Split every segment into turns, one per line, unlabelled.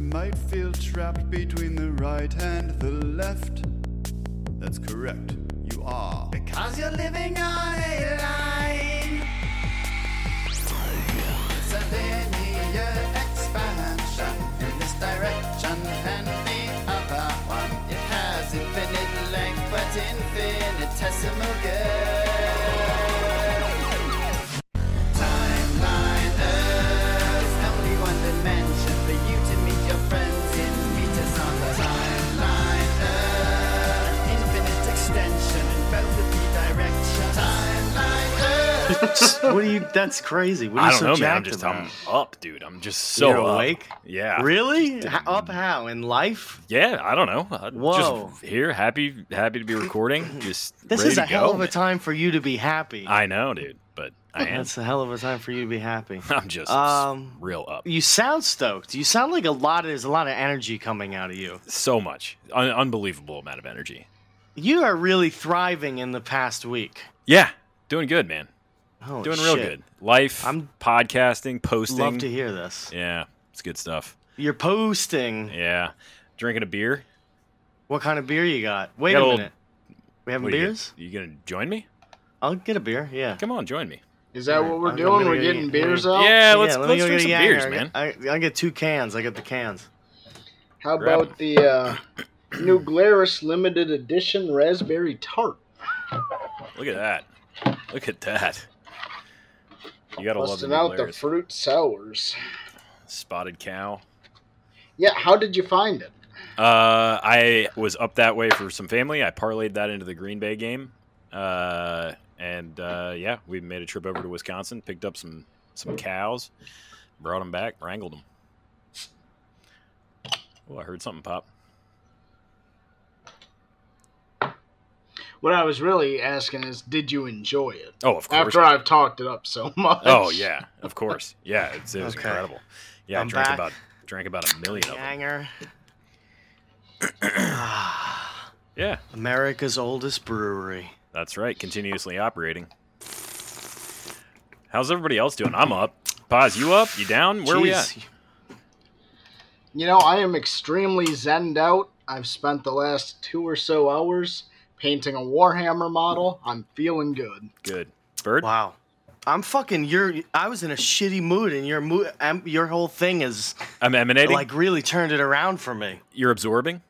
might feel trapped between the right and the left. That's correct. You are. Because you're living on a line. It's a linear expansion in this direction and the other one. It has infinite length but infinitesimal girth. Timeline Earth, only one dimension for you to meet your friends in meters on the timeline Earth. Infinite extension in both of the directions. Timeline Earth.
what are you? That's crazy. What are you
I don't
so
know, man. I'm
jacked
just
about?
I'm up, dude. I'm just so
You're
up.
awake?
Yeah.
Really? H- up how in life?
Yeah, I don't know. I-
Whoa.
Just here, happy, happy to be recording. Just
This
ready
is a
to
hell
go,
of a
man.
time for you to be happy.
I know, dude, but I am.
That's a hell of a time for you to be happy.
I'm just
Um,
real up.
You sound stoked. You sound like a lot. There's a lot of energy coming out of you.
So much, Un- unbelievable amount of energy.
You are really thriving in the past week.
Yeah, doing good, man.
Holy
doing real
shit.
good. Life,
I'm-
I'm podcasting, posting.
Love to hear this.
Yeah, it's good stuff.
You're posting.
Yeah, drinking a beer.
What kind of beer you got? Wait
got
a
old-
minute. We having
What are you-
beers?
You, gonna join me?
I'll get a beer. Yeah.
Come on, join me.
Is that
Alright,
what
I'm
we're doing?
gonna
We're
go
getting
eat.
beers
Yeah.
out?
Yeah, let's
Yeah, let me go
let's drink some
get a
beers,
Jager.
man.
I get, I, I get two cans. I get the cans.
How
Grab
about the uh, new Glarus limited edition raspberry tart?
Look at that. Look at that. You gotta love the
Busting
new
out the
layers.
fruit sours.
spotted cow.
Yeah, how did you find it?
Uh, I was up that way for some family. I parlayed that into the Green Bay game. Uh, and uh, yeah, we made a trip over to Wisconsin, picked up some some cows, brought them back, wrangled them. Oh, I heard something pop.
What I was really asking is, did you enjoy it?
Oh, of course.
After I've talked it up so much.
oh yeah, of course. Yeah, it's, it was
Okay.
incredible. Yeah,
I'm
I drank
back.
about drank about a million of them.
Ganger.
Yeah,
America's oldest brewery.
that's right. Continuously operating. How's everybody else doing? I'm up. Pause. You up? You down? Where are we at?
Jeez.
You know, I am extremely zenned out. I've spent the last two or so hours painting a Warhammer model. I'm feeling good.
Good. Bird?
Wow. I'm fucking. You're. I was in a shitty mood, and your mood, um, your whole thing is
I'm emanating.
like really turned it around for me.
You're absorbing?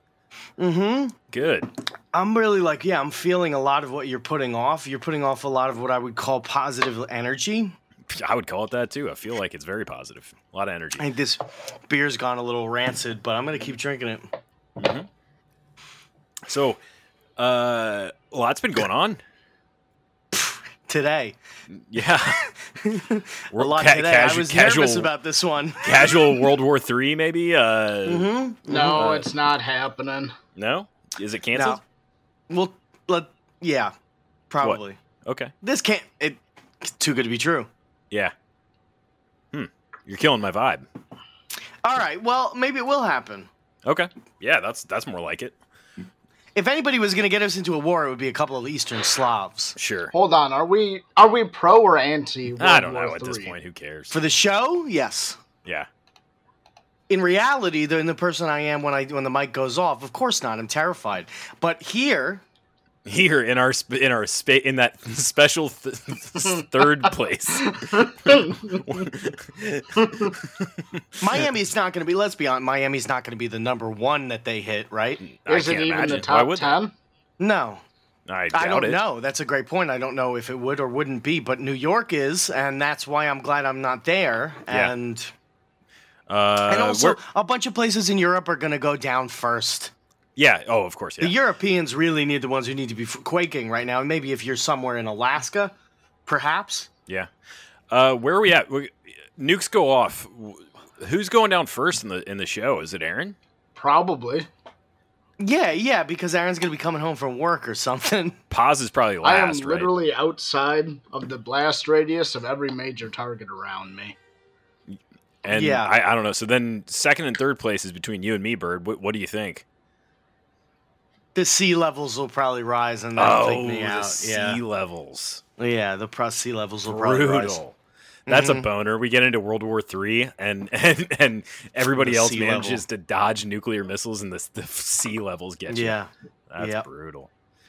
Mm-hmm.
Good.
I'm really like, yeah. I'm feeling a lot of what you're putting off. You're putting off a lot of what I would call positive energy.
I would call it that too. I feel like it's very positive. A lot of energy.
I think this beer's gone a little rancid, but I'm gonna keep drinking it.
So, uh, a lot's been going on.
Today,
Yeah.
a
We're
lot
ca-
today.
casu-
I was
casual,
nervous about this one.
casual World War Three, maybe? Uh,
Mm-hmm.
No, it's not happening.
No? Is it
No.
canceled?
Well, let yeah, probably.
Okay.
This can't. It, it's too good to be true.
Yeah. Hmm. You're killing my vibe.
All right. Well, maybe it will happen.
Okay. Yeah, that's that's more like it.
If anybody was going to get us into a war, it would be a couple of Eastern Slavs.
Sure.
Hold on, are we are we pro or anti? World
I don't
War
know at this
III?
point. Who cares?
For the show, yes.
Yeah.
In reality, then the person I am when I when the mic goes off, of course not. I'm terrified. But here,
Here in our sp- in our spa- in that special th- third place.
Miami's not going to be. Let's be honest. Miami's not going to be the number one that they hit, right?
I
Is it
can't
even
imagine.
the
Why
top
would they?
ten?
No,
I doubt
I don't
it.
know. That's a great point. I don't know if it would or wouldn't be, but New York is, and that's why I'm glad I'm not there.
Yeah.
And
Uh,
and also
we're-
a bunch of places in Europe are going to go down first.
yeah. Oh, of course. Yeah.
The Europeans really need the ones who need to be f- quaking right now. And maybe if you're somewhere in Alaska, perhaps.
yeah. Uh, where are we at? We, nukes go off. W- Who's going down first in the in the show? Is it Aaron?
Probably.
Yeah, yeah, because Aaron's going to be coming home from work or something.
Paz is probably
I am
last. right?
literally outside of the blast radius of every major target around me.
And
Yeah.
I, I don't know. So then second and third place is between you and me, Bird. What, what do you think?
The sea levels will probably rise and that'll take me
Oh, the
out.
sea
yeah.
levels.
yeah, the pro- sea levels will probably rise.
Brutal. That's a
Mhm.
boner. We get into World War Three, and and and everybody
The
else
sea
manages
level.
to dodge nuclear missiles, and the, the sea levels get you.
Yeah,
that's
yeah.
brutal.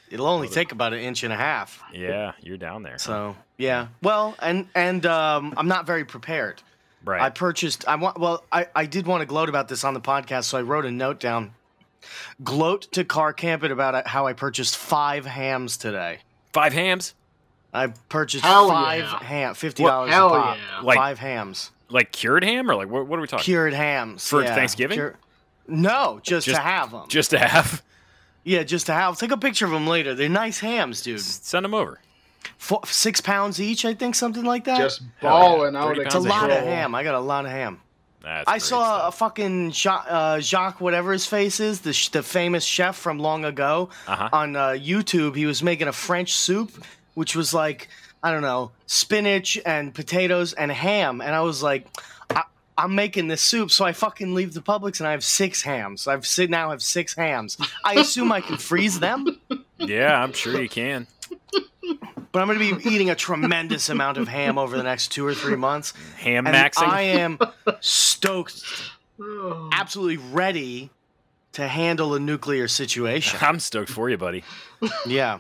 it'll only take about an inch and a half.
Yeah, you're down there.
So yeah, well, and and um, I'm not very prepared.
right.
I purchased. I want. Well, I I did want to gloat about this on the podcast, so I wrote a note down. Gloat to Car Camping about uh, how I purchased five hams today.
Five hams,
I purchased
Hell
five
yeah.
ham, fifty
Well,
dollars
hell
a pop.
yeah.
Like-
five hams,
like cured ham, or like what? What are we talking?
cured hams
For
yeah.
Thanksgiving?
Cure- no, just,
Just-
to have them.
Just a half.
yeah, just to have. I'll take a picture of them later. They're nice hams, dude.
Send them over.
Four, six pounds each, I think, something like that.
Just
Hell Oh, yeah.
balling out
30
of
it's a
pounds
control.
lot of ham. I got a lot of ham.
That's
I
great
saw
stuff.
a fucking Jacques, uh, Jacques, whatever his face is, the, sh- the famous chef from long ago,
Uh-huh.
on uh, YouTube. He was making a French soup, which was like I don't know, spinach and potatoes and ham, and I was like, I- I'm making this soup, so I fucking leave the Publix and I have six hams. I've sit now have six hams. I assume I can freeze them,
Yeah, I'm sure you can.
but I'm gonna be eating a tremendous amount of ham over the next two or three months.
Ham
And
maxing.
I am stoked
Oh.
absolutely ready to handle a nuclear situation.
I'm stoked for you, buddy.
Yeah.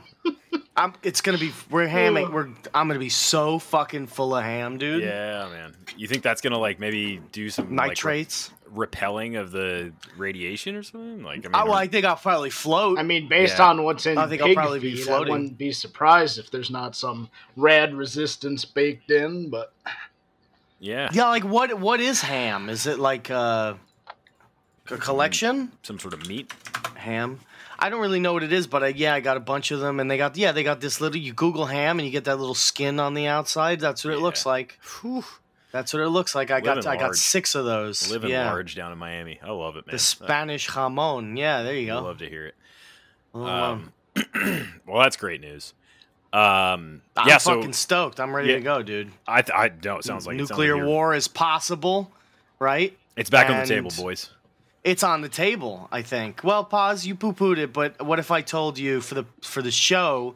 I'm, it's gonna be we're hamming we're I'm gonna be so fucking full of ham, dude.
Yeah, man. You think that's gonna like maybe do some like,
Nitrates.
re- repelling of the radiation or something? Like, I mean,
I, well, I think I'll probably float.
I mean, based
Yeah.
on what's in
I think I'll
pig
probably be
feed, I
floating.
wouldn't be surprised if there's not some rad resistance baked in. But
yeah,
yeah, like what what is ham? Is it like uh,
Mm.
a collection?
some sort of meat.
Ham? I don't really know what it is, but I, yeah, I got a bunch of them, and they got yeah, they got this little. You Google ham, and you get that little skin on the outside. That's what it looks
Yeah.
like. That's what it looks like. I got
Living
I got
large.
six of those.
Living
yeah.
large down in Miami. I love it, man.
The Spanish jamon. Yeah, there you
I
go.
love to hear it.
Little, um,
Um, well, that's great news. Um,
I'm
yeah, so
fucking stoked. I'm ready
Yeah.
to go, dude.
I, th- I no, it sounds like it sounds like
nuclear
you're-
war is possible, right?
It's back on the
and-
table, boys.
It's on the table, I think. Well, pause. You poo pooed it, but what if I told you for the for the show,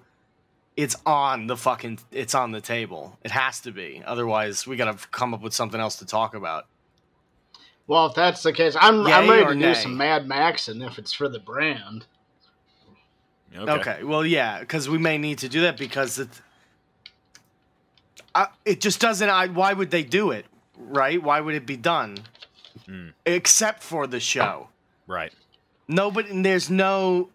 it's on the fucking it's on the table. It has to be. Otherwise, we gotta come up with something else to talk about.
well, if that's the case, I'm I'm
Yay
ready
or
to
nay?
do some Mad Max, and if it's for the brand,
Okay.
Okay. well, yeah, because we may need to do that because it, I, it just doesn't. I, why would they do it? Right? Why would it be done?
Mm.
Except for the show.
Right.
Nobody, and there's no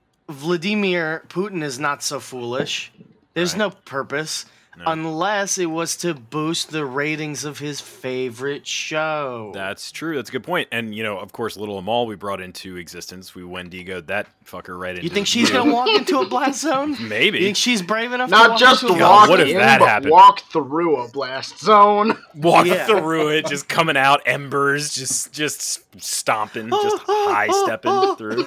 Vladimir Putin is not so foolish. There's
Right.
no purpose
No.
unless it was to boost the ratings of his favorite show.
That's true. That's a good point. And you know, of course, Little Amal we brought into existence. We Wendigoed that fucker right into.
you think
the
she's
blue.
gonna walk into a blast zone?
Maybe.
You think she's brave enough? to
not
walk
just
into a
walk
what if
in,
that
but
happened?
walk through a blast zone.
walk
Yeah.
through it, just coming out embers, just just stomping, just high stepping through.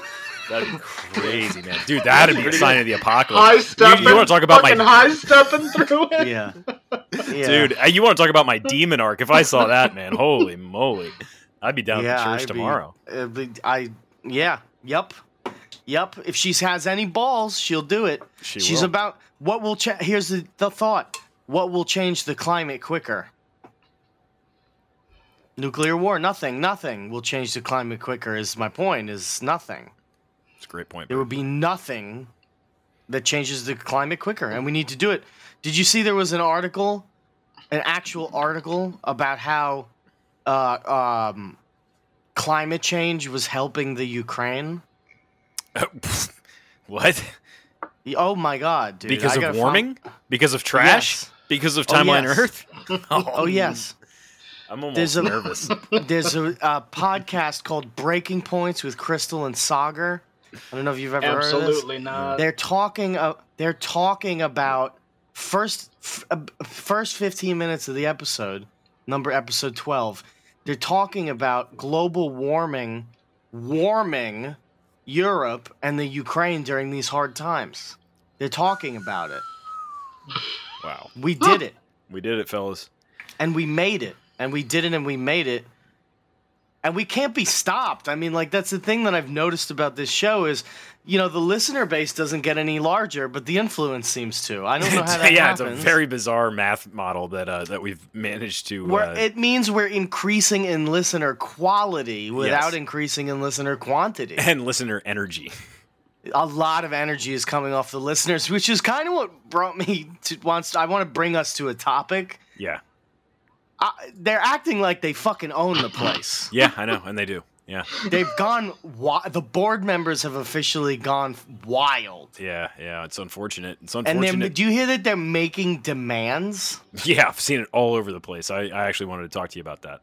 That'd be crazy, man, dude. That'd be a sign of the
High
apocalypse.
stepping,
you wanna talk about my-
fucking high stepping through it.
Yeah. yeah,
Dude, uh, you want to talk about my demon arc? If I saw that, man, holy moly, I'd be down at
Yeah,
the church
I'd be-
tomorrow.
It'd be- I yeah, yep, yep. If she has any balls, she'll do it.
She
She's
will.
about what will cha- here's the, the thought. What will change the climate quicker? Nuclear war, nothing, nothing will change the climate quicker is my point, is nothing.
It's a great point.
There would be nothing that changes the climate quicker, and we need to do it. Did you see there was an article, an actual article about how uh, um, climate change was helping the Ukraine?
what?
Oh my god, dude! I
because
gotta
of
find-
warming? Because of trash?
Yes.
Because of
Oh,
timeline
yes.
Earth?
Oh yes.
I'm almost
There's a-
nervous.
There's a uh, podcast called Breaking Points with Crystal and Sagar. I don't know if you've ever heard of this.
Absolutely not.
They're talking. Uh, they're talking about first f- uh, first 15 minutes of the episode, number episode 12. They're talking about global warming, warming Europe and the Ukraine during these hard times. They're talking about it.
wow,
We did it.
we did it, fellas.
and we made it and we did it and we made it and we can't be stopped. I mean, like that's the thing that I've noticed about this show is, you know, the listener base doesn't get any larger, but the influence seems to. I don't know how that
yeah,
happens.
it's a very bizarre math model that uh, that we've managed to.
We're-
uh,
it means we're increasing in listener quality without
Yes.
increasing in listener quantity.
and listener energy.
a lot of energy is coming off the listeners, which is kind of what brought me to wants. I want to bring us to a topic.
Yeah,
I, they're acting like they fucking own the place.
yeah, I know, and they do. Yeah,
They've gone. Wi- the board members have officially gone wild.
yeah, yeah. It's unfortunate. It's
And
unfortunate.
then, do you hear that they're making demands?
yeah, I've seen it all over the place. I, I actually wanted to talk to you about that.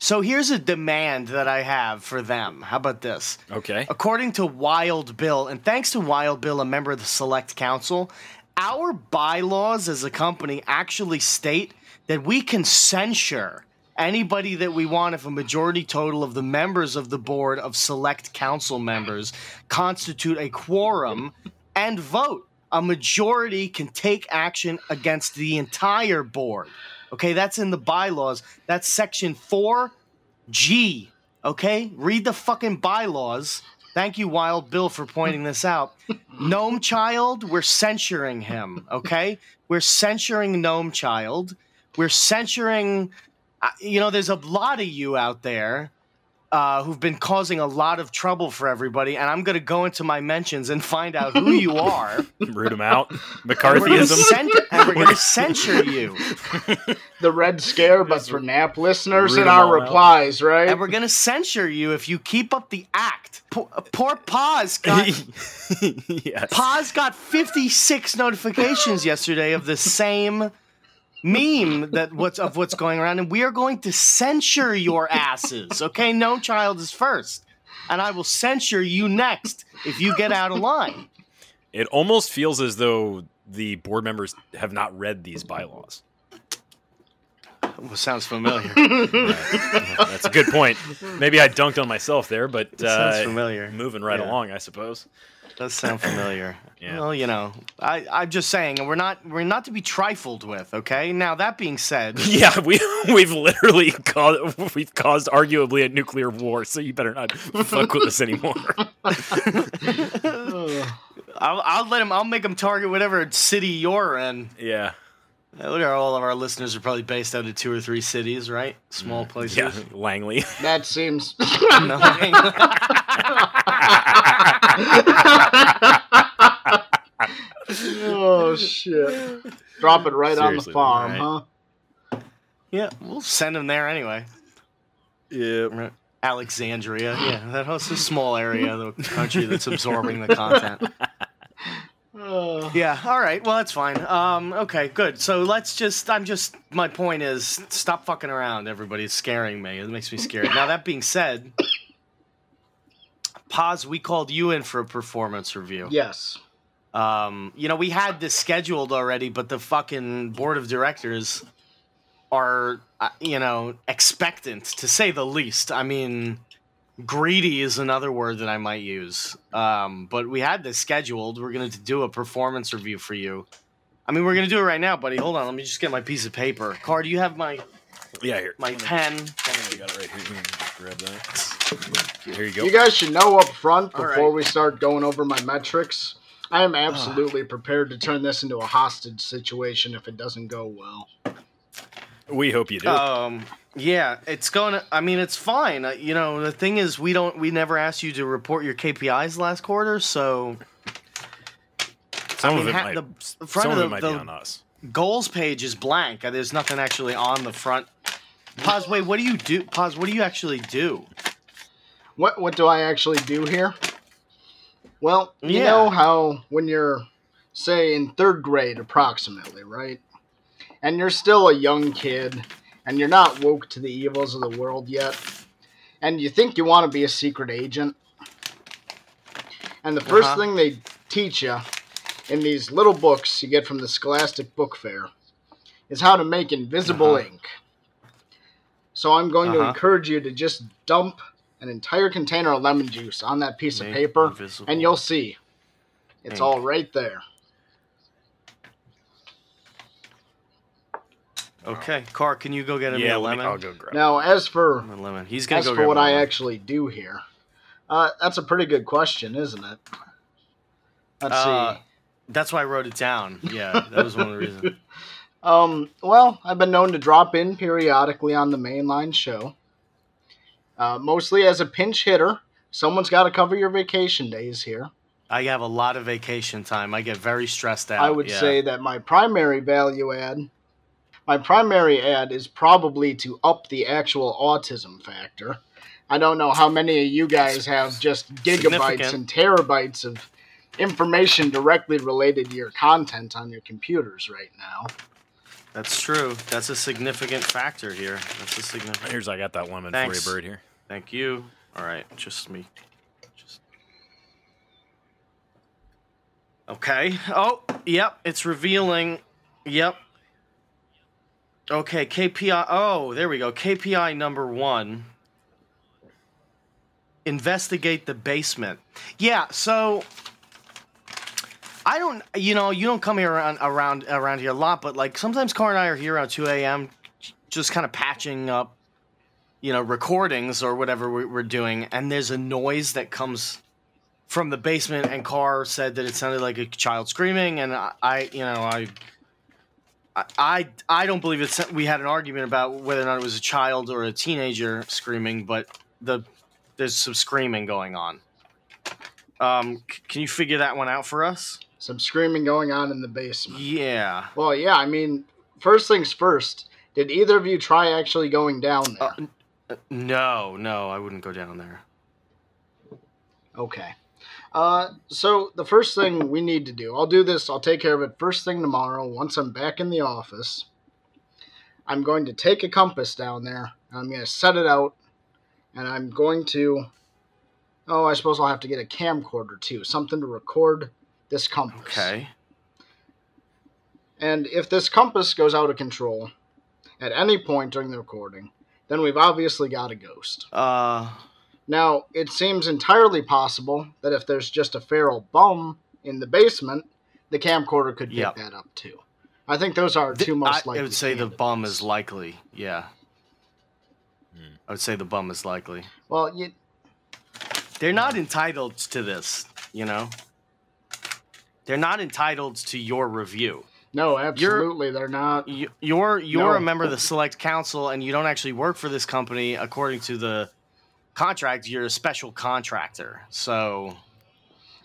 So here's a demand that I have for them. How about this?
Okay.
According to Wild Bill, and thanks to Wild Bill, a member of the Select Council, our bylaws as a company actually state that we can censure anybody that we want if a majority total of the members of the board of select council members constitute a quorum and vote. A majority can take action against the entire board. Okay, that's in the bylaws. That's section 4G. Okay, read the fucking bylaws. Thank you, Wild Bill, for pointing this out. Gnome Child, we're censuring him. Okay, we're censuring Gnome Child. We're censuring. I- You know, there's a lot of you out there uh, who've been causing a lot of trouble for everybody, and I'm going to go into my mentions and find out who you are.
Root them out.
We're going to
McCarthyism.
censure you.
The Red Scare, but for nap listeners
Root
and
'em
our
all out.
replies, right?
and we're gonna censure you if you keep up the act. Poor, poor Paz got
yes.
Paz got 56 notifications yesterday of the same meme that what's of what's going around, and we are going to censure your asses. Okay, no child is first, and I will censure you next if you get out of line.
It almost feels as though the board members have not read these bylaws.
Well, sounds familiar.
That's a good point. Maybe I dunked on myself there, but
sounds
uh,
familiar.
moving right
Yeah.
along, I suppose.
Does sound familiar.
Yeah.
Well, you know, I, I'm just saying, and we're not we're not to be trifled with. Okay. Now that being said.
Yeah, we we've literally caused we've caused arguably a nuclear war, so you better not fuck with us anymore.
Ugh.
I'll, I'll let him. I'll make him target whatever city you're in.
Yeah,
Uh, Look, at all of our listeners are probably based out of two or three cities, right? Small places.
Mm. yeah, Langley.
that seems.
No, hang on.
oh shit! Drop it right on the
Seriously,
farm,
right?
huh?
yeah, we'll send him there anyway.
yeah,
Right. Alexandria. Yeah, that hosts a small area of the country that's absorbing the content.
Ugh.
Yeah. All right. Well, that's fine. Um. Okay. Good. So let's just. I'm just. My point is, stop fucking around, everybody. It's scaring me. It makes me scared. Now that being said, pause. We called you in for a performance review.
Yes.
Um, you know, we had this scheduled already, but the fucking board of directors are, uh, you know, expectant to say the least. I mean, greedy is another word that I might use. Um, but we had this scheduled. We're going to do a performance review for you. I mean, we're going to do it right now, buddy. Hold on. Let me just get my piece of paper. Car, do you have my,
yeah. Here,
my
Let me-
pen?
let me- I got it right here. Let me just Grab that. Here you go.
You guys should know up front before
right.
we start going over my metrics. I am absolutely prepared to turn this into a hostage situation if it doesn't go well.
we hope you do.
Um, yeah, it's going to, I mean, it's fine. Uh, you know, the thing is, we don't, we never asked you to report your KPIs last quarter, so
some
I
of
mean,
it
ha-
might.
the front
some
of
of
the-
it might
the-
be on us.
goals page is blank. Uh, There's nothing actually on the front. Pause, wait, what do you do? Pause, what do you actually do?
What what do I actually do here? Well, you
Yeah.
know how when you're say in 3rd grade approximately, right? And you're still a young kid and you're not woke to the evils of the world yet. And you think you want to be a secret agent. And the 1st
Uh-huh.
thing they teach you in these little books you get from the Scholastic Book Fair is how to make invisible
Uh-huh.
ink. So I'm going to
Uh-huh.
encourage you to just dump an entire container of lemon juice on that piece of
Make
paper,
invisible
and you'll see. It's
ink.
all right there.
Okay, Car, can you go get him
Oh.
a
yeah, let me-
lemon?
I'll go grab.
Now, as for
Him a lemon. He's gonna
as
go
for
grab
what
a
I
lemon.
actually do here, uh, that's a pretty good question, isn't it? Let's
Uh,
see.
That's why I wrote it down. Yeah, that was one of the reasons.
Um, well, I've been known to drop in periodically on the mainline show, uh, mostly as a pinch hitter. Someone's got to cover your vacation days here.
I have a lot of vacation time. I get very stressed out.
I would
yeah.
say that my primary value add, my primary ad is probably to up the actual autism factor. I don't know how many of you guys have just gigabytes
Significant.
and terabytes of information directly related to your content on your computers right now.
that's true. That's a significant factor here. That's a
Him.
significant.
Here's I got that lemon
Thanks.
for you, bird. Here.
Thank you. All right, just me. Just. Okay. Oh, yep. It's revealing. Yep. Okay, KPI. Oh, there we go. KPI number one. Investigate the basement. Yeah. So. I don't, you know, you don't come here around around around here a lot, but like sometimes Car and I are here around two a.m. just kind of patching up you know recordings or whatever we- we're doing and there's a noise that comes from the basement and Carr said that it sounded like a child screaming and i, I you know i I- I, I don't believe it's we had an argument about whether or not it was a child or a teenager screaming but the there's some screaming going on um c- can you figure that one out for us
Some screaming going on in the basement.
yeah
Well, yeah, I mean, first things first. Did either of you try actually going down there?
Uh, n- uh, no no i wouldn't go down there
Okay. Uh, so the first thing we need to do, I'll do this. I'll take care of it first thing tomorrow. Once I'm back in the office, I'm going to take a compass down there. And I'm going to set it out, and I'm going to. Oh, I suppose I'll have to get a camcorder too, something to record this compass.
okay
And if this compass goes out of control at any point during the recording, then we've obviously got a ghost.
uh
Now, it seems entirely possible that if there's just a feral bum in the basement, the camcorder could pick
Yep.
that up too. I think those are our
Th-
two most
I,
likely.
I would say the
candidates.
bum is likely. Yeah.
Hmm.
I would say the bum is likely.
Well, you,
They're
Hmm.
not entitled to this, you know. They're not entitled to your review.
no, absolutely, they're not.
You, you're you're
No.
a member of the select council, and you don't actually work for this company according to the contract. You're a special contractor, so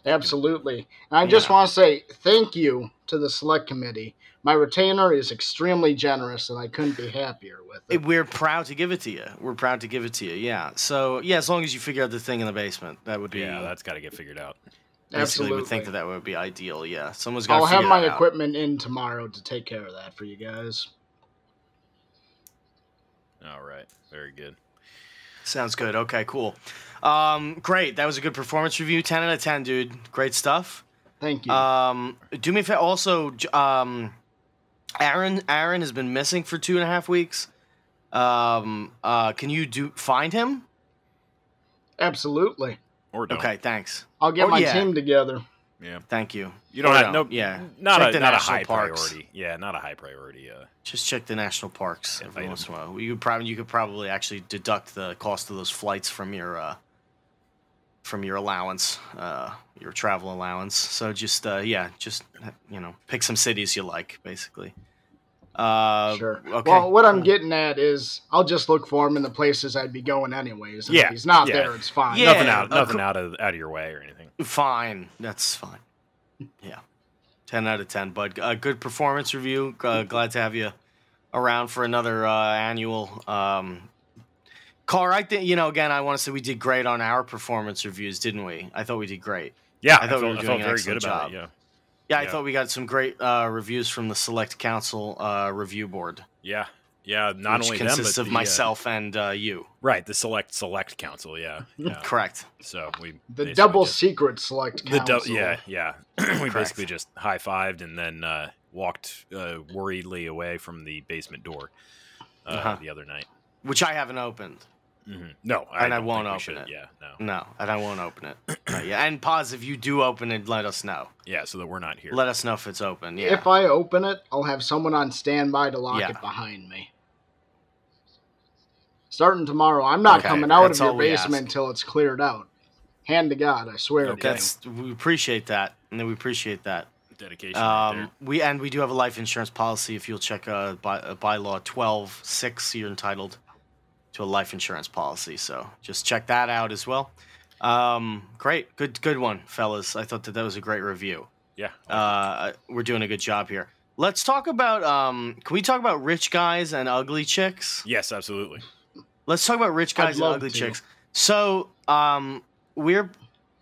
Absolutely. And I just
Yeah.
want to say thank you to the select committee. My retainer is extremely generous, and I couldn't be happier with it.
it- we're proud to give it to you. We're proud to give it to you. Yeah. So yeah, as long as you figure out the thing in the basement, that would be.
Yeah, that's got to get figured out.
basically
absolutely.
would think that that would be ideal. Yeah, someone's got.
I'll have my
out.
equipment in tomorrow to take care of that for you guys.
All right, very good.
Sounds good. Okay, cool. Um, great. That was a good performance review. Ten out of ten, dude. Great stuff.
Thank you.
Um, do me a favor. Also, j- um, Aaron. Aaron has been missing for two and a half weeks. Um, uh, can you do find him?
absolutely.
Or don't.
Okay, thanks.
I'll get
Oh,
my
yeah.
team together.
Yeah,
Thank you.
you don't
Or
have no.
don't, yeah.
not
Check
a
the
not a
national
high
parks.
priority. Yeah, not a high priority. Uh,
Just check the national parks
Yeah,
every
item.
once in a while. You could probably you could probably actually deduct the cost of those flights from your uh, from your allowance, uh, your travel allowance. So just uh, yeah, just you know, pick some cities you like, basically. Uh,
Sure.
Okay. Uh,
Well, what I'm
cool.
getting at is I'll just look for him in the places I'd be going anyways. And
Yeah,
If he's not
yeah.
there, it's fine.
Yeah,
nothing out.
uh,
Nothing
cool.
out of out of your way or anything.
Fine. That's fine. Yeah. 10 out of 10, bud. Uh, good performance review. Uh, glad to have you around for another uh, annual. Um, Car, I think, you know, again, I want to say we did great on our performance reviews, didn't we? I thought we did great.
Yeah,
I thought we were
I
doing
felt
an
very good
excellent
about it. Yeah,
job. Yeah, I
Yeah.
thought we got some great uh, reviews from the Select Council uh, review board,
yeah, yeah. Not
which
only
consists
them,
of
but the, uh,
myself and uh, you.
right, the select select council. Yeah, yeah.
Correct.
so we
The
basically
double
just-
secret select
the
council.
dou- yeah yeah. we
Correct.
basically just high fived and then uh, walked uh, worriedly away from the basement door uh,
Uh-huh.
the other night.
Which I haven't opened.
Mhm. No,
And I
don't
won't
think we
open
should-
it.
Yeah, no,
No, and I won't open it. Not yet. And pause if you do open it. Let us know.
yeah. So that we're not here.
Let us know if it's open. Yeah.
If I open it, I'll have someone on standby to lock
Yeah.
it behind me. Starting tomorrow, I'm not
Okay,
coming out of
that's
your
all we
basement
ask.
until it's cleared out. Hand to God, I swear
Okay.
to you.
That's we appreciate that, and we appreciate that.
Dedication. right there.
Um, we and we do have a life insurance policy. If you'll check uh, by, uh, bylaw twelve six, you're entitled to a life insurance policy. So just check that out as well. Um, great, good, good one, fellas. I thought that that was a great review.
Yeah.
Uh, we're doing a good job here. Let's talk about. Um, can we talk about rich guys and ugly chicks?
yes, absolutely.
Let's talk about rich
I'd
guys and
love
ugly
to.
chicks. So, um, we're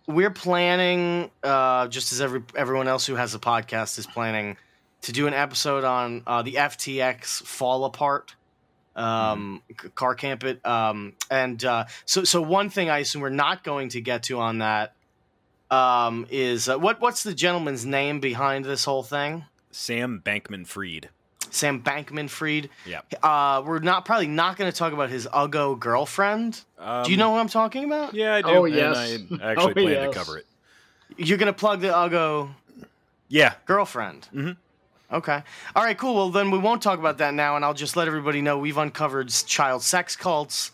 we're planning, uh, just as every everyone else who has a podcast is planning, to do an episode on uh, the FTX fall apart, um,
Mm-hmm.
c- car camp it, um, and uh, so so one thing I assume we're not going to get to on that um, is uh, what what's the gentleman's name behind this whole thing?
Sam Bankman Freed.
Sam Bankman Fried.
Yeah.
Uh, we're not probably not going to talk about his Uggo girlfriend.
Um,
Do you know what I'm talking about?
Yeah, I do.
Oh,
and
yes.
I actually
Oh,
plan
yes.
to cover it.
You're gonna plug the Uggo
Yeah.
girlfriend.
Mhm.
Okay. All right. Cool. Well, then we won't talk about that now, and I'll just let everybody know we've uncovered s- child sex cults,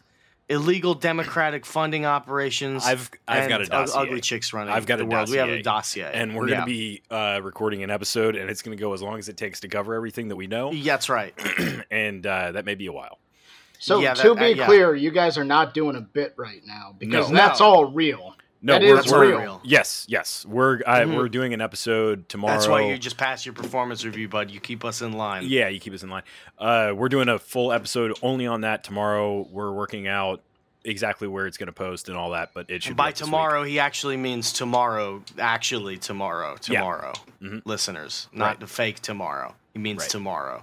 illegal democratic funding operations.
I've I've got a
and ug-
dossier.
ugly chicks running.
I've got
the
a
world. We have a
dossier.
dossier,
and we're
Yeah.
going to be uh, recording an episode, and it's going to go as long as it takes to cover everything that we know,
Yeah, that's right.
and uh, that may be a while.
So
Yeah,
to
that-
be
uh, yeah.
clear, you guys are not doing a bit right now because
No.
that's
No.
all real.
No,
That
we're,
is
That's all
we're-
real.
Yes, yes, we're I,
Mhm.
we're doing an episode tomorrow.
That's why you just passed your performance review, bud. You keep us in line.
yeah, you keep us in line. Uh, we're doing a full episode only on that tomorrow. We're working out exactly where it's going to post and all that, but it should
And
be
by
up this week.
tomorrow, he actually means tomorrow. Actually, tomorrow,
Yeah.
tomorrow,
Mhm.
listeners, not
Right.
the fake tomorrow. He means
Right.
tomorrow.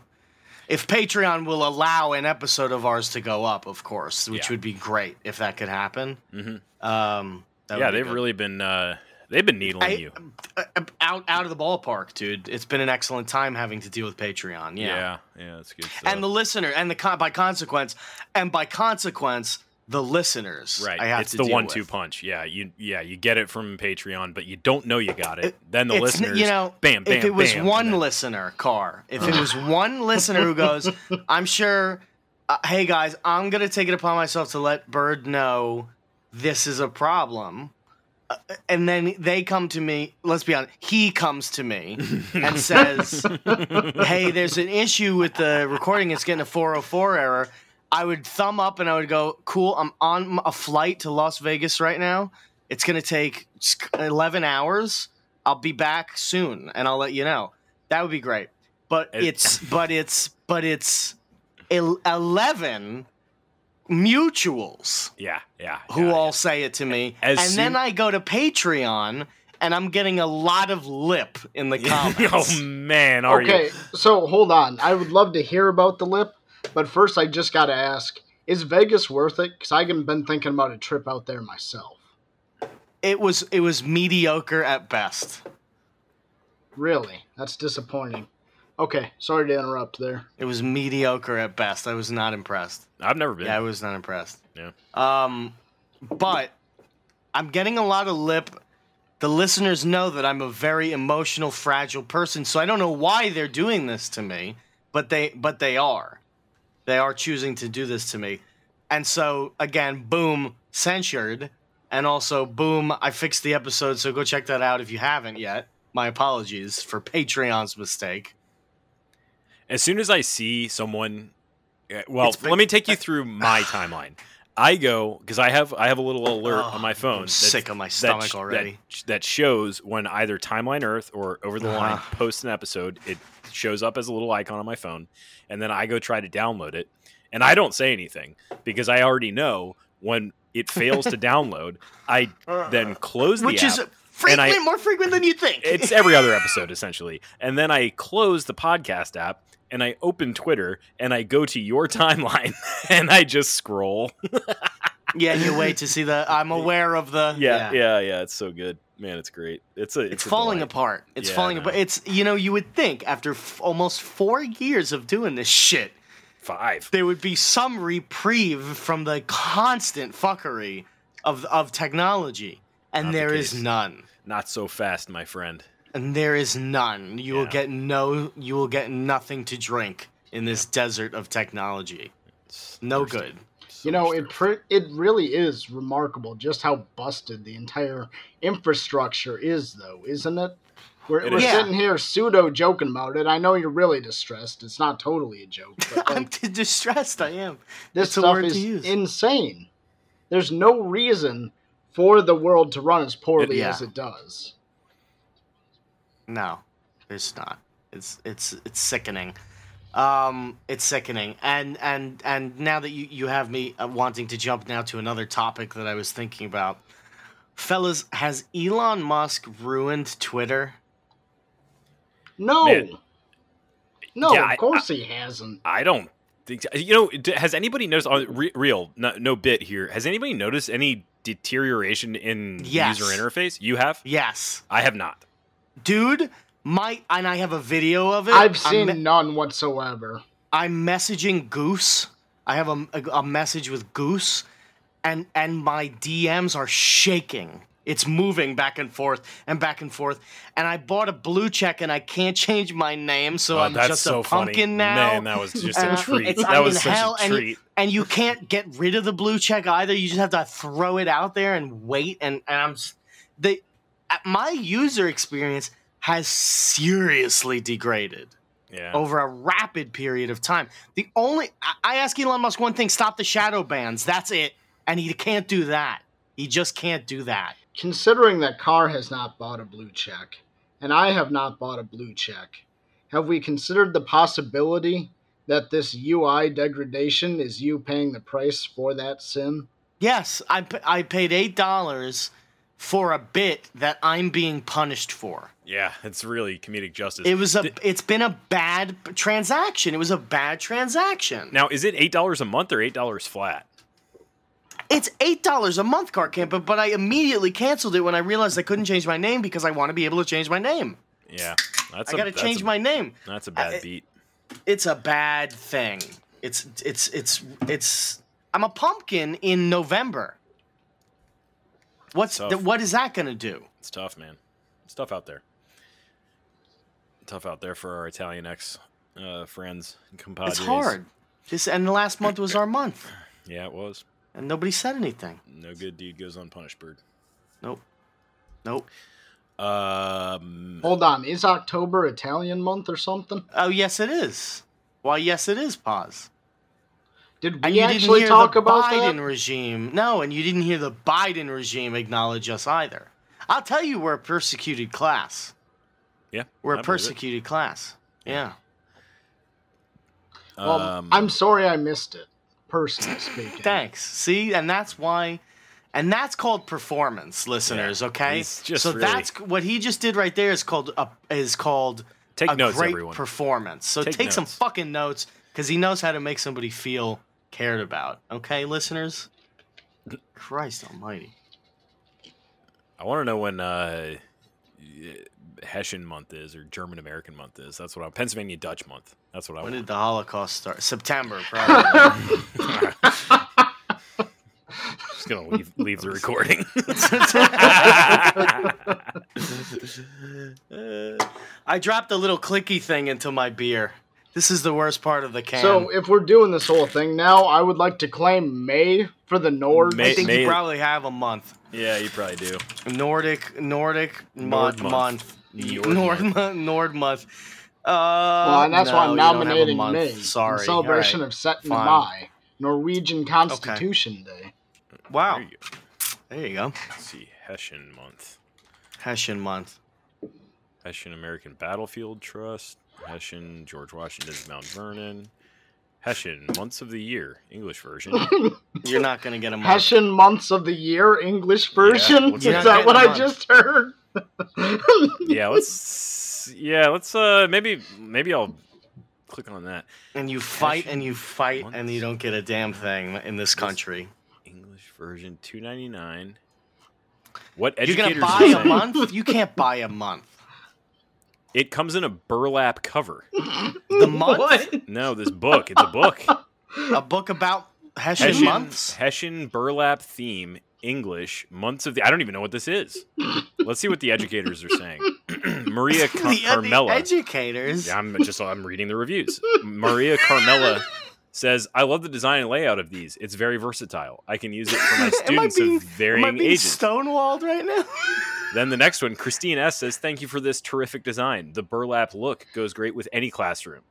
If Patreon will allow an episode of ours to go up, of course, which
Yeah.
would be great if that could happen.
Mhm.
Um, that
Yeah,
would be
they've
good.
really been uh, they've been needling
I-
you.
Uh, uh, out out of the ballpark, dude. It's been an excellent time having to deal with Patreon. Yeah.
Yeah, yeah, that's good. Stuff.
And the listener, and the con- by consequence, and by consequence, the listeners.
Right.
I have
it's
to
the
deal
one-two
with.
punch. Yeah, you yeah you get it from Patreon, but you don't know you got it. then the
It's n-
listeners,
you know,
bam, bam,
if it was
bam,
one
and then-
listener, Carr, if it was one listener who goes, I'm sure, uh, hey guys, I'm going to take it upon myself to let Bird know this is a problem. Uh, and then they come to me, let's be honest, he comes to me and says, hey, there's an issue with the recording, it's getting a 404 error. I would thumb up and I would go, cool, I'm on a flight to Las Vegas right now. It's going to take 11 hours. I'll be back soon and I'll let you know. That would be great. But
It-
it's but it's but it's el- 11 mutuals
yeah, yeah,
who
yeah,
all say it to me.
As
and then
soon-
I go to Patreon and I'm getting a lot of lip in the
yeah.
comments.
oh man, are
okay,
you?
so hold on. I would love to hear about the lip, but first I just got to ask: Is Vegas worth it? Because I've been thinking about a trip out there myself.
It was it was mediocre at best.
Really, that's disappointing. Okay, sorry to interrupt there.
It was mediocre at best. I was not impressed.
I've never been.
Yeah, I was not impressed.
Yeah.
Um, but I'm getting a lot of lip. The listeners know that I'm a very emotional, fragile person, so I don't know why they're doing this to me, but they but they are. They are choosing to do this to me. And so again, boom, censured. And also boom, I fixed the episode, so go check that out if you haven't yet. My apologies for Patreon's mistake.
As soon as I see someone, yeah, well,
It's been-
let me take you through my timeline. I go because I have I have a little alert on my phone.
Oh, I'm
that's-
sick of my
that-
stomach
that-
already.
That, shows when either Timeline Earth or Over the Line
Uh-huh.
posts an episode, it shows up as a little icon on my phone, and then I go try to download it, and I don't say anything because I already know when it fails to download, I then close the
Which is
app. and I-
frequently more frequent than you think.
it's every other episode essentially and then i close the podcast app and i open twitter and i go to your timeline and i just scroll
Yeah, you wait to see the. I'm aware of the.
yeah yeah yeah, it's so good man it's great it's a
It's
a
falling
delight.
apart. It's
Yeah, I
falling
know.
apart. It's you know you would think after f- almost four years of doing this shit
Five.
there would be some reprieve from the constant fuckery of of technology,
Not
and
the
there is
case.
none.
Not so fast, my friend.
And there is none. You will
Yeah.
get no. You will get nothing to drink in this desert of technology.
It's
No
thirsty.
good.
So
You know,
much
it
thirst.
pr- it really is remarkable just how busted the entire infrastructure is, though, isn't it? We're,
It
we're
is. Yeah.
sitting here pseudo joking about it. I know you're really distressed. It's not totally a joke, but
I'm
like,
t- distressed. I am.
this
it's a
stuff
word to
is
use.
insane. There's no reason for the world to run as poorly
Yeah.
as it does.
No, there's not. It's it's it's sickening. Um, it's sickening. And and and now that you you have me uh, wanting to jump now to another topic that I was thinking about, fellas, has Elon Musk ruined Twitter?
No,
Man.
no,
Yeah, I-
of course he hasn't.
I don't think you know. d- Has anybody noticed? uh, Re, real, no, no bit here. Has anybody noticed any deterioration in
Yes.
user interface? You have.
Yes,
I have not.
dude. My and I have a video of it.
I've seen
I'm,
none whatsoever.
I'm messaging Goose. I have a, a, a message with Goose, and and my DMs are shaking. It's moving back and forth and back and forth. And I bought a blue check, and I can't change my name, so
Oh,
I'm
that's
just
so
a pumpkin
funny.
now.
Man, that was just a
And
treat.
it's-
That
I'm
was
in
such
hell,
a
and-
treat.
and you can't get rid of the blue check either. You just have to throw it out there and wait. And, and I'm s- the uh, my user experience has seriously degraded
Yeah.
over a rapid period of time. The only I I ask Elon Musk one thing: stop the shadow bans. That's it, and he can't do that. He just can't do that.
Considering that Carr has not bought a blue check, and I have not bought a blue check, have we considered the possibility that this UI degradation is you paying the price for that sin?
Yes, I p- I paid eight dollars for a bit that I'm being punished for.
Yeah. It's really comedic justice.
It was a
Th-
it's been a bad p- transaction. It was a bad transaction.
now, is it eight dollars a month or eight dollars flat?
It's eight dollars a month, car camp, but, but I immediately canceled it when I realized I couldn't change my name because I want to be able to change my name.
Yeah. That's
I
a-
got to
that's
change
a-
my name.
That's a bad
I-
beat.
it's a bad thing. It's it's it's it's. I'm a pumpkin in November. What's
Tough.
th- what is that going to do?
It's tough, man. It's tough out there. Tough out there for our Italian ex uh, friends and compadres.
it's hard. This and the last month was our month,
Yeah, it was.
and nobody said anything.
No good deed goes unpunished, bird.
Nope, nope.
Um,
Hold on, is October Italian month or something?
Oh yes, it is. Why yes, it is. Pause.
Did
And
we
Uh, you didn't
actually
hear
talk
the
about
Biden
that?
regime. No, and you didn't hear the Biden regime acknowledge us either. I'll tell you, we're a persecuted class.
yeah,
We're
I
a
believe it.
persecuted class. Yeah.
Well,
Um,
I'm sorry I missed it, personally speaking.
Thanks. See, and that's why, and that's called performance, listeners.
Yeah,
okay,
he's just
so
really-
that's what he just did right there is called a, is called
Take
a
notes,
great
everyone.
performance. So
Take
take, some
notes.
fucking notes because he knows how to make somebody feel cared about. Okay, listeners. Christ Almighty.
I want to know when uh, Hessian month is or German American month is. That's what I Pennsylvania Dutch month. That's what I
When
want.
did the Holocaust start? September, probably.
just gonna leave leave the recording.
I dropped a little clicky thing into my beer. This is the worst part of the can.
So if we're doing this whole thing now, I would like to claim May for the Nords.
I
May-
think
May-
you probably have a month.
yeah, you probably do.
Nordic Nordic
Nord
month
month.
month
Nord
Nord
month.
month Nord month. Uh,
Well, and that's
no,
why I'm
you don't have a
nominating
month.
May
Sorry.
in celebration
All
of Setting
Fine.
Mai, Norwegian Constitution Day.
right. wow.
There you go.
There you go.
Let's see Hessian month.
Hessian month.
Hessian American Battlefield Trust, Hessian George Washington's Mount Vernon, Hessian months of the year English version.
You're not gonna get a month.
Hessian months of the year English version.
what's
Is
that?
that what I
Month.
just heard?
yeah, let's yeah, let's uh maybe maybe I'll click on that
And you fight
Hessian
and you fight and
months.
you don't get a damn thing in this country.
English version 299. What
You're
educators
gonna
are
buy a
saying-
month? You can't buy a month.
It comes in a burlap cover.
The month,
What?
No, this book. It's a book.
a book about Hessian,
Hessian,
months.
Hessian burlap theme, English, months of the. I don't even know what this is. Let's see what the educators are saying. Maria
The
Car-
edu-
Carmella.
educators.
Yeah, I'm just I'm reading the reviews. Maria Carmella says, "I love the design and layout of these. It's very versatile. I can use it for my
Am I
students
being-
of
Am I
varying
being
ages."
stonewalled right now?
then the next one, Christine S says, "Thank you for this terrific design. The burlap look goes great with any classroom.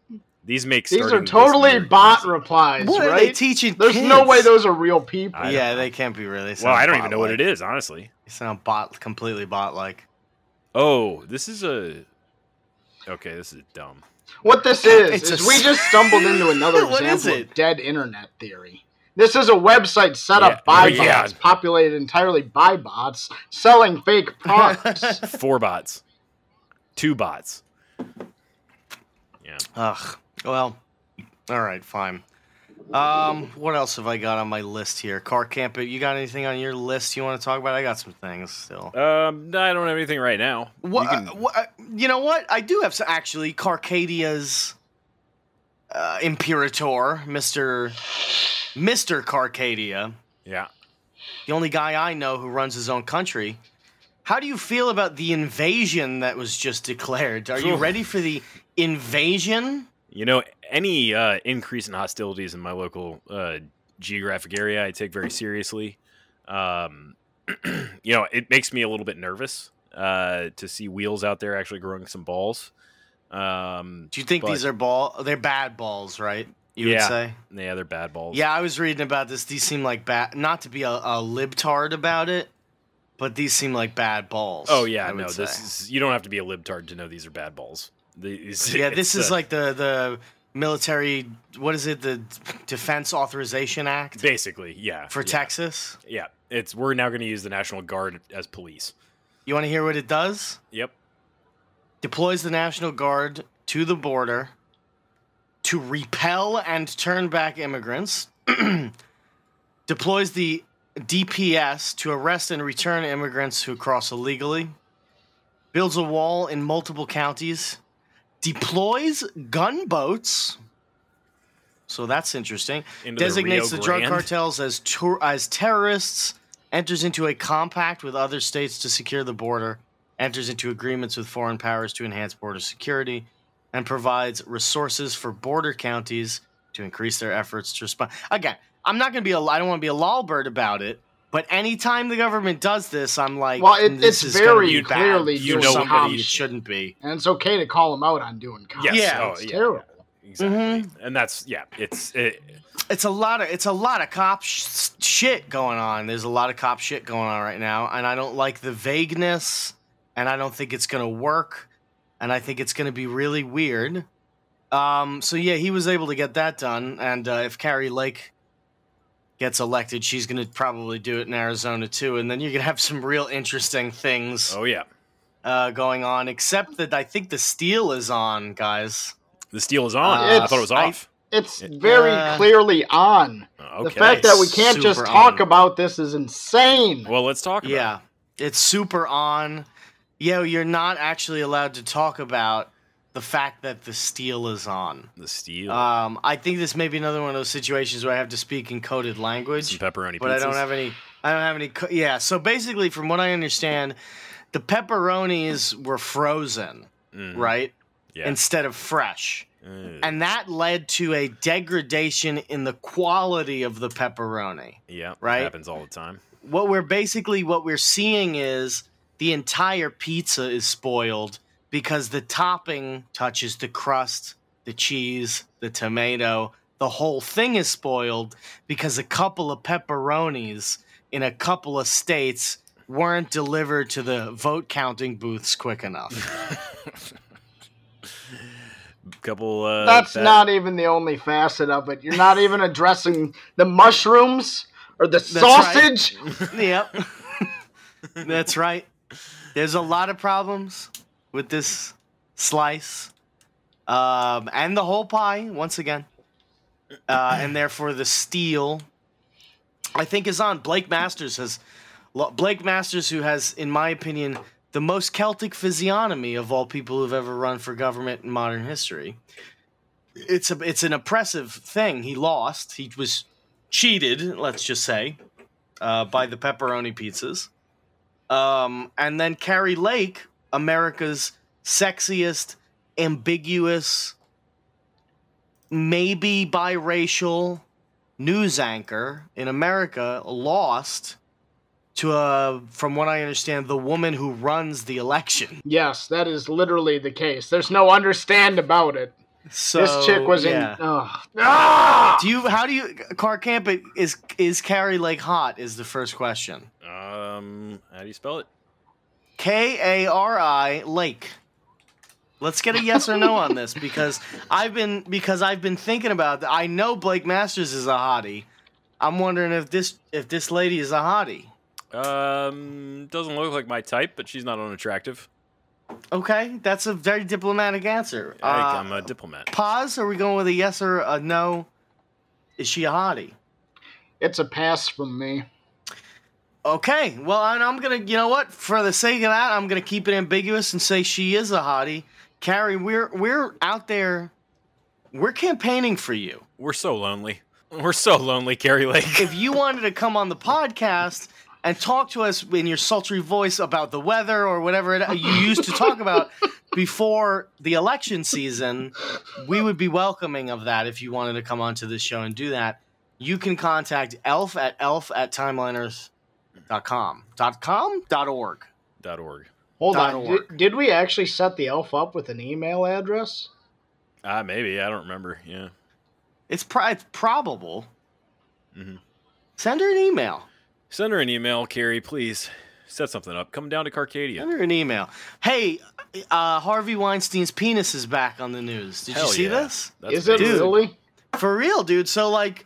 These make
These
starting
are
this
totally
year
bot
easy."
replies,
what are they
right?
teaching?
There's no
kids?
way those are real people.
I don't
yeah,
know.
they can't be really.
Well, I don't even know what it is, honestly.
They sound bot, completely bot like.
Oh, this is a okay. This is dumb.
What this is
It's
is
a-
we just stumbled into another
What is
example of
it?
dead internet theory. This is a website set
Yeah.
up by
Oh, yeah.
bots, populated entirely by bots, selling fake products.
Four bots, two bots.
Ugh. Well, all right, fine. Um, what else have I got on my list here? Car camper. You got anything on your list you want to talk about? I got some things still.
Um, I don't have anything right now.
What,
You can-
uh, what, uh, you know what? I do have some, actually Carcadia's uh, Imperator, Mister Mister Carcadia,
yeah.
the only guy I know who runs his own country. How do you feel about the invasion that was just declared? Are you
Oof.
ready for the invasion?
You know, any uh, increase in hostilities in my local uh, geographic area, I take very seriously. Um, you know, it makes me a little bit nervous uh, to see wheels out there actually growing some balls. Um,
Do you think
But-
these are ball? They're bad balls, right? You would
Yeah.
say.
yeah, they're bad balls.
Yeah, I was reading about this. These seem like bad. Not to be a, a libtard about it, but these seem like bad balls.
Oh yeah,
I would
no, this
say.
is you don't have to be a libtard to know these are bad balls. These,
yeah, this
it's,
is
uh,
like the the military. What is it? The Defense Authorization Act
basically yeah
for
yeah,
Texas.
Yeah, it's we're now going to use the National Guard as police.
You want to hear what it does?
Yep.
Deploys the National Guard to the border to repel and turn back immigrants. Deploys the DPS to arrest and return immigrants who cross illegally. Builds a wall in multiple counties. Deploys gunboats. So that's interesting.
Into the
Designates the,
Rio
drug
Grande.
cartels as tour- as terrorists. Enters into a compact with other states to secure the border. Enters into agreements with foreign powers to enhance border security, and provides resources for border counties to increase their efforts to respond. Again, I'm not going to be a I don't want to be a lolbird about it, but anytime the government does this, I'm like,
Well, it-
this
it's
is gonna
very
be bad
clearly
for
you know
somebody
somebody-
it shouldn't be.
and it's okay to call them out on doing content.
Yes.
Yeah. Mm-hmm.
Oh,
it's
yeah,
terrible.
yeah, Exactly. And that's yeah. It's it,
it's a lot of it's a lot of cop sh- shit going on. There's a lot of cop shit going on right now, and I don't like the vagueness, and I don't think it's gonna work, and I think it's gonna be really weird. Um, so yeah, he was able to get that done, and uh, if Carrie Lake gets elected, she's gonna probably do it in Arizona too, and then you're gonna have some real interesting things
oh yeah.
uh, going on. Except that I think the steel is on, guys.
The steel is on. I thought it was
It's- I-
off.
It's very
Uh,
clearly on.
Oh,
The
okay.
fact that we can't
Super
just talk
on.
about this is insane.
well, let's talk. About
Yeah, it's super on. Yo, you're not actually allowed to talk about the fact that the steel is on.
the steel.
Um, I think this may be another one of those situations where I have to speak in coded language
some pepperoni.
but I don't have any. I don't have any. co- Yeah. So basically, from what I understand, the pepperonis were frozen,
Mhm.
right?
Yeah.
Instead of fresh,
Mm,
and that led to a degradation in the quality of the pepperoni
yeah.
right?
Happens all the time.
what we're basically what we're seeing is the entire pizza is spoiled because the topping touches the crust, the cheese, the tomato. The whole thing is spoiled because a couple of pepperonis in a couple of states weren't delivered to the vote counting booths quick enough.
Couple. Uh,
That's
that-
not even the only facet of it. You're not even addressing the mushrooms or the
right.
sausage.
yep. That's right. There's a lot of problems with this slice um, and the whole pie, once again. Uh, and therefore, the steel, I think, is on. Blake Masters has. lo- Blake Masters, who has, in my opinion, the most Celtic physiognomy of all people who've ever run for government in modern history. It's a it's an oppressive thing. He lost. He was cheated. Let's just say uh, by the pepperoni pizzas. Um, and then Carrie Lake, America's sexiest, ambiguous, maybe biracial news anchor in America, lost to, uh, from what I understand, the woman who runs the election.
Yes, that is literally the case. There's no understand about it.
So
this chick was
yeah.
in. Ugh. Ah!
Do you? How do you? Car Camp is is Carrie Lake hot? Is the first question.
Um, how do you spell it?
K A R I Lake. Let's get a yes or no on this because I've been because I've been thinking about that. I know Blake Masters is a hottie. I'm wondering if this if this lady is a hottie.
Um, doesn't look like my type, but she's not unattractive.
Okay, that's a very diplomatic answer.
I,
Uh,
I'm a diplomat.
pause. Are we going with a yes or a no? Is she a hottie?
It's a pass from me.
Okay. Well, and I'm gonna. You know what? For the sake of that, I'm gonna keep it ambiguous and say she is a hottie. Carrie, we're we're out there. We're campaigning for you.
We're so lonely. We're so lonely, Carrie Lake.
If you wanted to come on the podcast and talk to us in your sultry voice about the weather or whatever it, you used to talk about before the election season, we would be welcoming of that if you wanted to come onto this show and do that. You can contact elf at elf at timelineearth.com. Dot com? Dot org.
Dot org.
Hold
Dot
on.
org.
Did, did we actually set the elf up with an email address?
Ah, maybe I don't remember. Yeah.
It's, pri- it's probable.
Mhm.
Send her an email.
Send her an email, Carrie, please. Set something up. Come down to Carcadia.
Send her an email. Hey, uh, Harvey Weinstein's penis is back on the news. Did
Hell
you see
yeah.
this?
That's
is it
big.
Dude.
really?
For real, dude. So like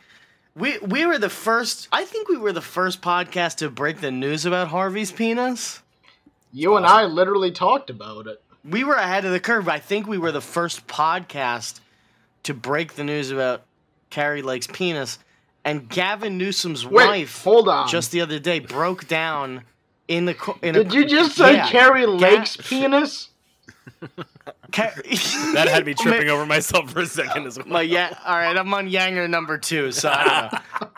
we we were the first I think we were the first podcast to break the news about Harvey's penis.
You and I literally talked about it.
We were ahead of the curve. I think we were the first podcast to break the news about Carrie Lake's penis. And Gavin Newsom's
Wait,
wife
hold on.
just the other day broke down in the co- in
Did
a,
you just say
Yeah.
Carrie
Ga-
Lake's penis?
Ca-
That had me tripping
Ma-
over myself for a second as well.
My yeah, all right. I'm on Yanger number two, so I don't know.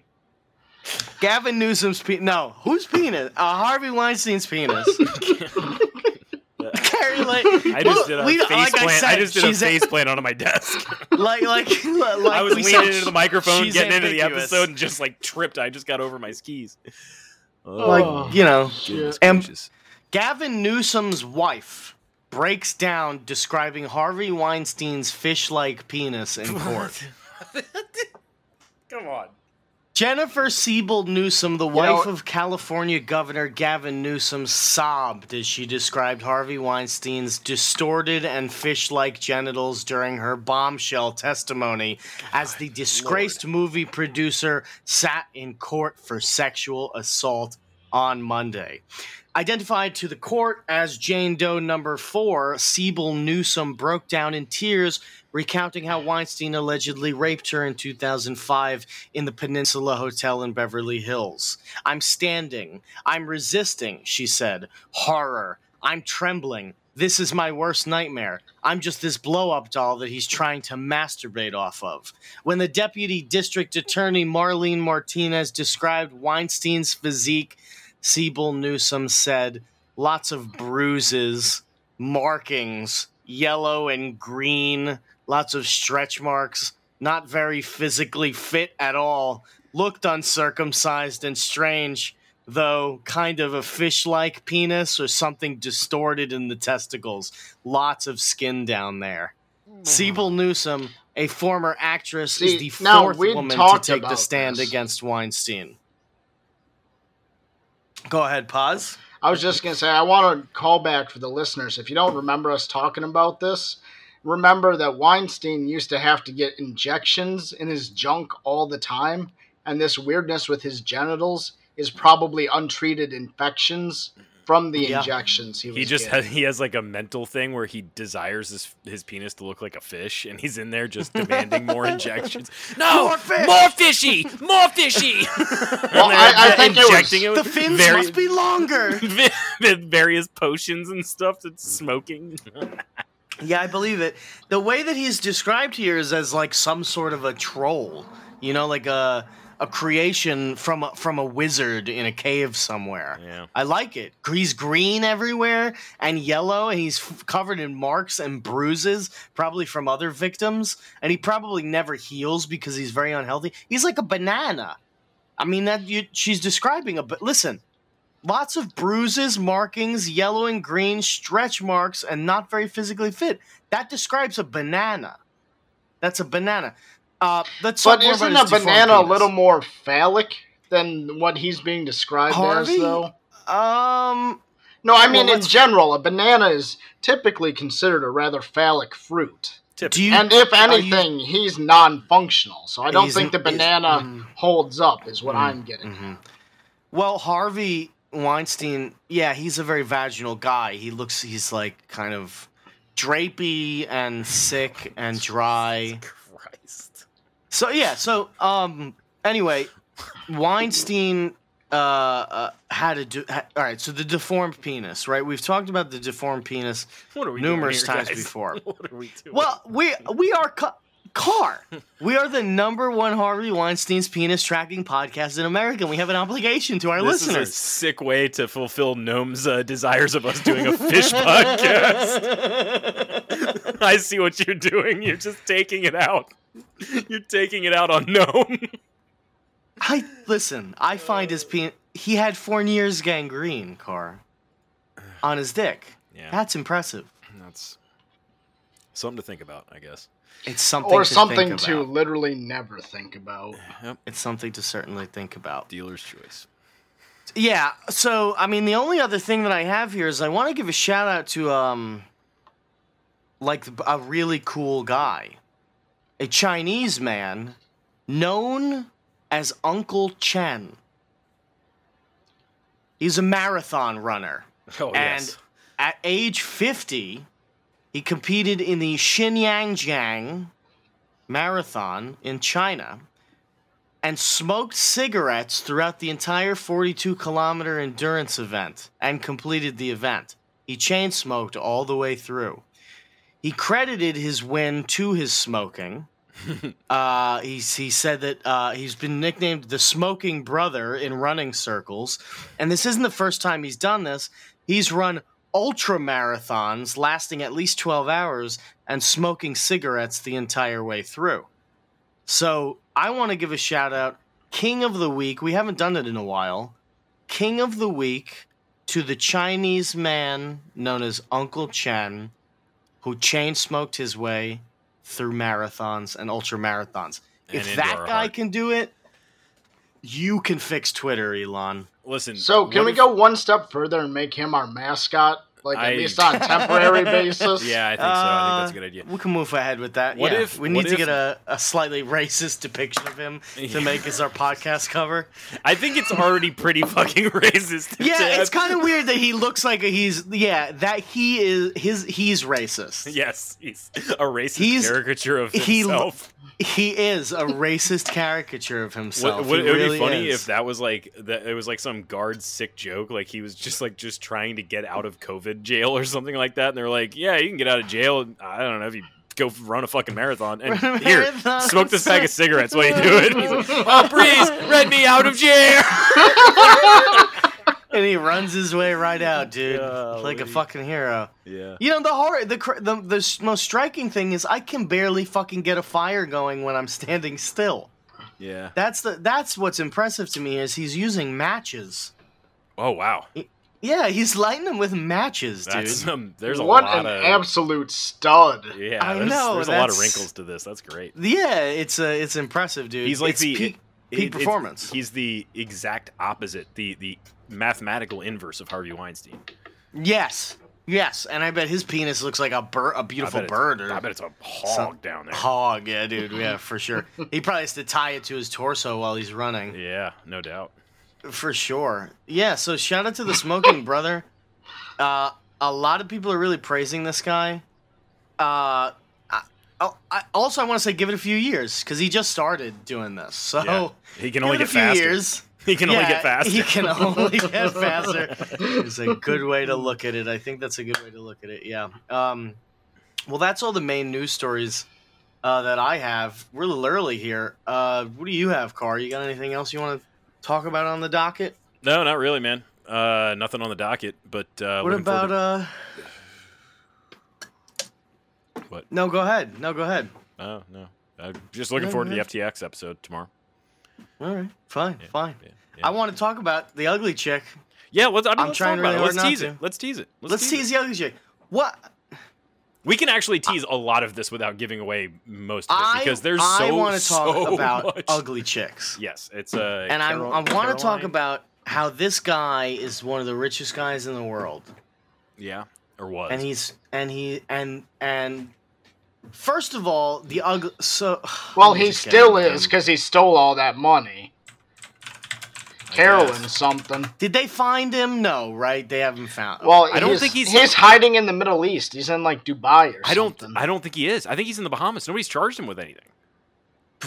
Gavin Newsom's penis. No, whose penis? Uh, Harvey Weinstein's penis. Carrie Lake.
I just did a
we,
face
like
plant.
I,
I,
said,
just did a
she's
face plant onto my desk.
Like, like, like
I was
we
leaning
said,
into the microphone,
she's
getting into the
ambiguous.
episode, and just like tripped. I just got over my skis. Oh,
Oh,
Like you know,
goodness
and-
gracious.
Gavin Newsom's wife breaks down describing Harvey Weinstein's fish-like penis in court.
Come on.
Jennifer Siebel Newsom, the wife
know-
of California Governor Gavin Newsom, sobbed as she described Harvey Weinstein's distorted and fish like genitals during her bombshell testimony as the disgraced movie producer sat in court for sexual assault on Monday. Identified to the court as Jane Doe number four, Siebel Newsom broke down in tears, recounting how Weinstein allegedly raped her in 2005 in the Peninsula Hotel in Beverly Hills. I'm standing. I'm resisting, she said. Horror. I'm trembling. This is my worst nightmare. I'm just this blow up doll that he's trying to masturbate off of. When the deputy district attorney Marlene Martinez described Weinstein's physique, Siebel Newsom said, lots of bruises, markings, yellow and green, lots of stretch marks, not very physically fit at all, looked uncircumcised and strange, though kind of a fish like penis or something distorted in the testicles, lots of skin down there. Siebel Newsom, a former actress,
Hmm. See,
is the
now
fourth
we
woman to
talked
take the
about
stand
this.
against Weinstein. Go ahead, pause.
I was just going to say, I want to call back for the listeners. If you don't remember us talking about this, remember that Weinstein used to have to get injections in his junk all the time, and this weirdness with his genitals is probably untreated infections from the
Yeah.
injections he was
He just
getting.
has, he has like a mental thing where he desires his his penis to look like a fish, and he's in there just demanding more injections. No,
More
more,
fish!
fishy, more fishy.
Well, I- I think it was-
The fins
very-
must be longer.
with various potions and stuff that's smoking.
Yeah, I believe it. The way that he's described here is as like some sort of a troll, you know, like a a creation from a, from a wizard in a cave somewhere.
Yeah.
I like it. He's green everywhere and yellow, and he's f- covered in marks and bruises, probably from other victims. And he probably never heals because he's very unhealthy. He's like a banana. I mean, that you, she's describing a. But listen, lots of bruises, markings, yellow and green, stretch marks, and not very physically fit. That describes a banana. That's a banana. Uh, let's
But
talk more
isn't
about
a
his deformed
banana a
penis.
little more phallic than what he's being described
Harvey?
as, though?
Um,
No, I
Well,
mean in
let's-
general, a banana is typically considered a rather phallic fruit.
do you?
And if
are you-
anything, he's non-functional, so I don't
He's-
think the
he's-
banana
mm.
holds up. Is
Mm.
what I'm getting.
Mhm. Well, Harvey Weinstein, yeah, he's a very vaginal guy. He looks, he's like kind of drapey and sick and dry.
Christ.
So yeah, so um, anyway, Weinstein uh, uh had a de- ha- all right. So the deformed penis, right? We've talked about the deformed penis.
What are we
Numerous
doing here,
times
guys?
before.
What are we doing?
Well, we we are ca- car. We are the number one Harvey Weinstein's penis tracking podcast in America. and We have an obligation to our
this
listeners.
is a sick way to fulfill Gnome's uh, desires of us doing a fish podcast. I see what you're doing. You're just taking it out. You're taking it out on Gnome.
I listen. I find his penis. He had four years gangrene, Car, on his dick.
Yeah.
That's impressive.
That's something to think about, I guess.
It's something
Or
to
something
think
to
about.
literally never think about.
Mm.
It's something to certainly think about.
Dealer's choice.
Yeah. So I mean, the only other thing that I have here is I want to give a shout out to um, like a really cool guy, a Chinese man known as Uncle Chen. He's a marathon runner.
Oh
and
yes.
at age 50 he competed in the Xinyangjiang marathon in China and smoked cigarettes throughout the entire 42 kilometer endurance event and completed the event he chain smoked all the way through he credited his win to his smoking uh, he, he said that uh, he's been nicknamed the smoking brother in running circles and this isn't the first time he's done this he's run ultra marathons lasting at least 12 hours and smoking cigarettes the entire way through so i want to give a shout out king of the week we haven't done it in a while king of the week to the chinese man known as uncle chen who chain smoked his way through marathons and ultra marathons
And
if
into
that
our
guy
heart.
can do it you can fix twitter elon
Listen.
So can
what
we
if-
go one step further and make him our mascot, like at
I-
least on a temporary basis?
Yeah, I think so. I think that's a good idea.
Uh, We can move ahead with that.
What
yeah.
if-
we
what
need to
if-
get a, a slightly racist depiction of him
Yeah.
to make as our podcast cover?
I think it's already pretty fucking racist.
Yeah,
to-
it's kind of weird that he looks like he's yeah that he is his he's racist.
Yes, he's a racist
He's-
caricature of
he lo-
himself.
He is a racist caricature of himself.
What, what,
He
it would
really
be funny
is.
if that was like that. It was like some guard sick joke. Like he was just like just trying to get out of COVID jail or something like that. And they're like, "Yeah, you can get out of jail. I don't know if you go run a fucking marathon and
Run a
here,
marathon.
smoke this bag of cigarettes while you do it." And he's like, oh, "Please, let me out of jail."
and he runs his way right out, dude, like a
Golly.
fucking hero.
Yeah,
You know the horror, the, cr- the the s- most striking thing is I can barely fucking get a fire going when I'm standing still.
yeah.
That's the that's what's impressive to me is he's using matches.
Oh wow,
Yeah, he's lighting them with matches, dude.
that's um, there's a
what
lot
an
of
absolute stud.
yeah.
I
there's,
know,
there's a lot of
that's-
wrinkles to this. That's great.
yeah, it's uh, it's impressive, dude.
He's like
It's
the-
peak,
It-
peak
it's-
performance.
He's the exact opposite. The the mathematical inverse of Harvey Weinstein.
yes, yes, and I bet his penis looks like a bird, a
I
beautiful
bet it's-
bird or
I bet it's a hog down there.
hog. Yeah, dude. Yeah, for sure. he probably has to tie it to his torso while he's running.
Yeah, no doubt.
For sure. Yeah. So shout out to the smoking brother. Uh, a lot of people are really praising this guy. Uh, I, oh, I, also, I want to say give it a few years because he just started doing this. So
Yeah. He can only
give it
get
Oh, a few
faster.
years.
He can only
Yeah,
get faster.
He can only get faster. It's a good way to look at it. I think that's a good way to look at it. Yeah. Um, well, that's all the main news stories uh, that I have. We're a little early here. Uh, what do you have, Car? You got anything else you want to talk about on the docket?
No, not really, man. Uh, nothing on the docket. But uh,
what
looking
about
forward
uh?
What?
No, go ahead. No, go ahead.
to- oh no, I'm just looking
No,
forward
no.
to the FTX episode tomorrow.
All right, fine,
Yeah,
fine.
Yeah, yeah.
I want to talk about the ugly chick.
yeah let's, I mean,
I'm
let's
trying
talk about
really
it.
hard
Let's
not
tease
to.
it. Let's tease it. Let's,
Let's
it.
tease the ugly chick. What?
We can actually tease a lot of this without giving away most of it
I
because there's
I
so
want to talk
so
about
much.
ugly chicks.
Yes, it's uh,
and I,
Carol-
I want to talk
Caroline?
about how this guy is one of the richest guys in the world,
yeah, or was
and he's and he and and first of all, the ugly. So
Well,
let me
he
just get
still
it.
is because he stole all that money.
I
Carolyn
guess.
something.
Did they find him? No, right? They haven't found.
Well,
I don't
he's,
think he's-
he's hiding in the Middle East. He's in like Dubai or
I don't.
something.
I don't think he is. I think he's in the Bahamas. Nobody's charged him with anything.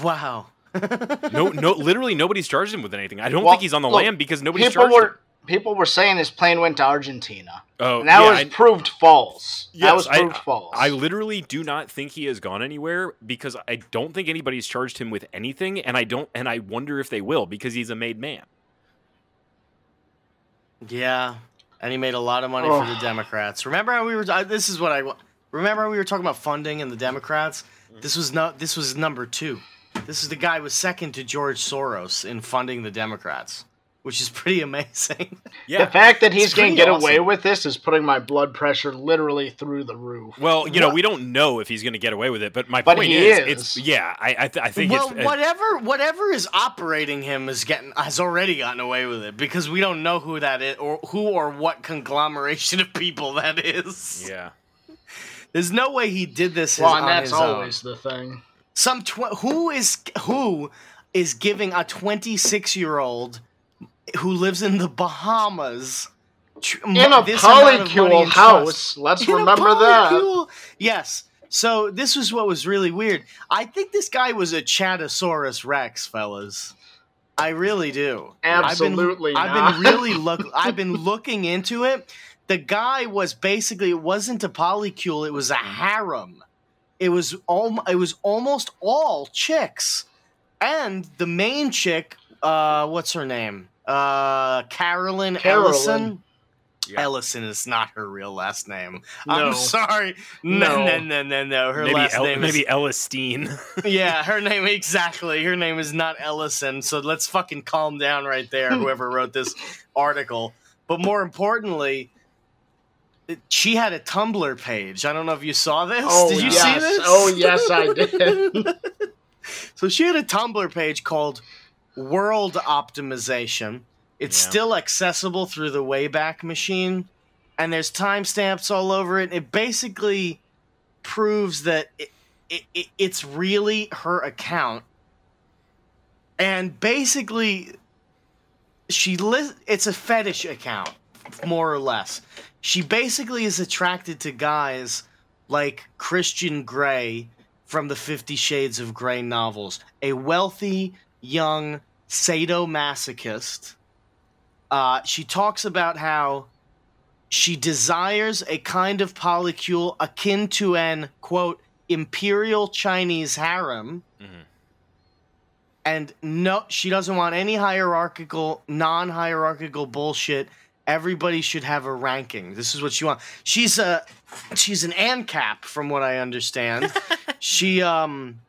wow.
No, no. Literally, nobody's charged him with anything. I don't
Well,
think he's on the
look,
land because nobody's
people
charged
were
him.
people were saying his plane went to Argentina.
Oh,
And that
yeah,
was
I-
proved false.
Yes,
that was
I-
proved false.
I literally do not think he has gone anywhere because I don't think anybody's charged him with anything, and I don't, and I wonder if they will because he's a made man.
Yeah, and he made a lot of money for the
Ugh.
Democrats. Remember how we were? I, this is what I wa- remember. how We were talking about funding and the Democrats. This was not. This was number two. This is the guy who was second to George Soros in funding the Democrats, which is pretty amazing.
the
Yeah.
fact that
It's
he's going
pretty
to get away
awesome.
with this is putting my blood pressure literally through the roof.
Well, you know,
What-
we don't know if he's going to get away with it, but my
But
point
he
is,
is.
it's yeah. I I, th- I think
well,
it's uh,
whatever whatever is operating him is getting has already gotten away with it because we don't know who that is or who or what conglomeration of people that is.
yeah.
There's no way he did this.
Well,
his-
and
on
that's
his own.
always the thing.
some tw- who is who is giving a 26 year old who lives in the Bahamas tr-
In a
mo- this amount of money
polycule
in trust?
house, let's
In a
remember that.
polycule- Yes. So this was what was really weird. I think this guy was a Chatosaurus Rex, fellas. I really do.
Absolutely
I've been, I've
not.
been really look. I've been looking into it. The guy was basically it wasn't a polycule. It was a harem. It was all. It was almost all chicks, and the main chick. Uh, what's her name? Uh, Carolyn,
Carolyn.
Ellison.
Yeah.
Ellison is not her real last name.
No.
I'm sorry. No,
No.
no, no, no, no. Her
maybe
last
El-
name
maybe Ellistine.
is yeah. Her name exactly. Her name is not Ellison. So let's fucking calm down right there.
Hmm.
Whoever wrote this article, but more importantly, it- she had a Tumblr page. I don't know if you saw this.
Oh,
Did you
yes.
see this?
Oh, yes, I did.
So she had a Tumblr page called World Optimization. It's
Yeah.
still accessible through the Wayback Machine, and there's timestamps all over it. It basically proves that it, it, it, it's really her account. And basically, she li- it's a fetish account, more or less. She basically is attracted to guys like Christian Grey from the Fifty Shades of Grey novels, a wealthy, young sadomasochist. Uh, she talks about how she desires a kind of polycule akin to an, quote, imperial Chinese harem.
Mhm.
And no, she doesn't want any hierarchical, non hierarchical bullshit. Everybody should have a ranking. This is what she wants. She's a she's an ANCAP, from what I understand. she um,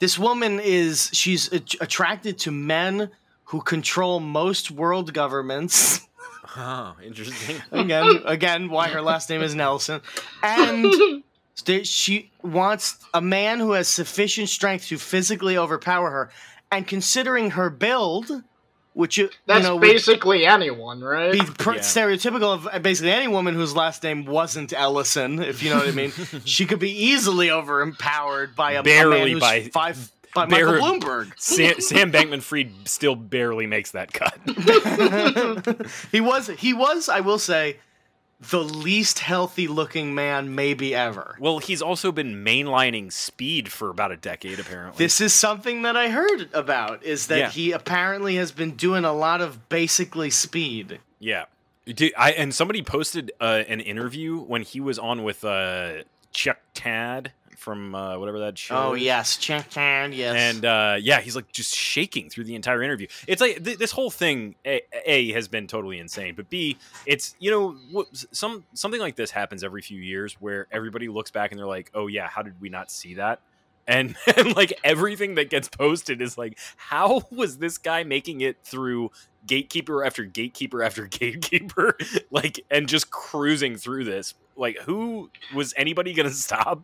this woman is she's at- attracted to men who control most world governments.
oh, interesting.
again, again, why her last name is Nelson. And st- she wants a man who has sufficient strength to physically overpower her. And considering her build, which you,
That's
you know, would
basically anyone, right?
be pr-
Yeah.
stereotypical of uh, basically any woman whose last name wasn't Ellison, if you know what I mean, she could be easily overempowered by a, a man
Barely
who's
by-
five by
Bear-
Michael Bloomberg.
Sam, Sam Bankman Fried still barely makes that cut.
he was he was I will say the least healthy looking man maybe ever.
Well, he's also been mainlining speed for about a decade, apparently.
This is something that I heard about is that
Yeah.
he apparently has been doing a lot of basically speed.
yeah. Dude, I, and somebody posted uh, an interview when he was on with uh, Chuck Tad from uh, whatever that show.
Oh
is.
yes, Chan Chan, yes.
And uh, yeah, he's like just shaking through the entire interview. It's like th- this whole thing a, a has been totally insane, but b it's you know what, some something like this happens every few years where everybody looks back and they're like, oh yeah, how did we not see that? And, and like everything that gets posted is like, how was this guy making it through gatekeeper after gatekeeper after gatekeeper, like and just cruising through this? Like, who was anybody going to stop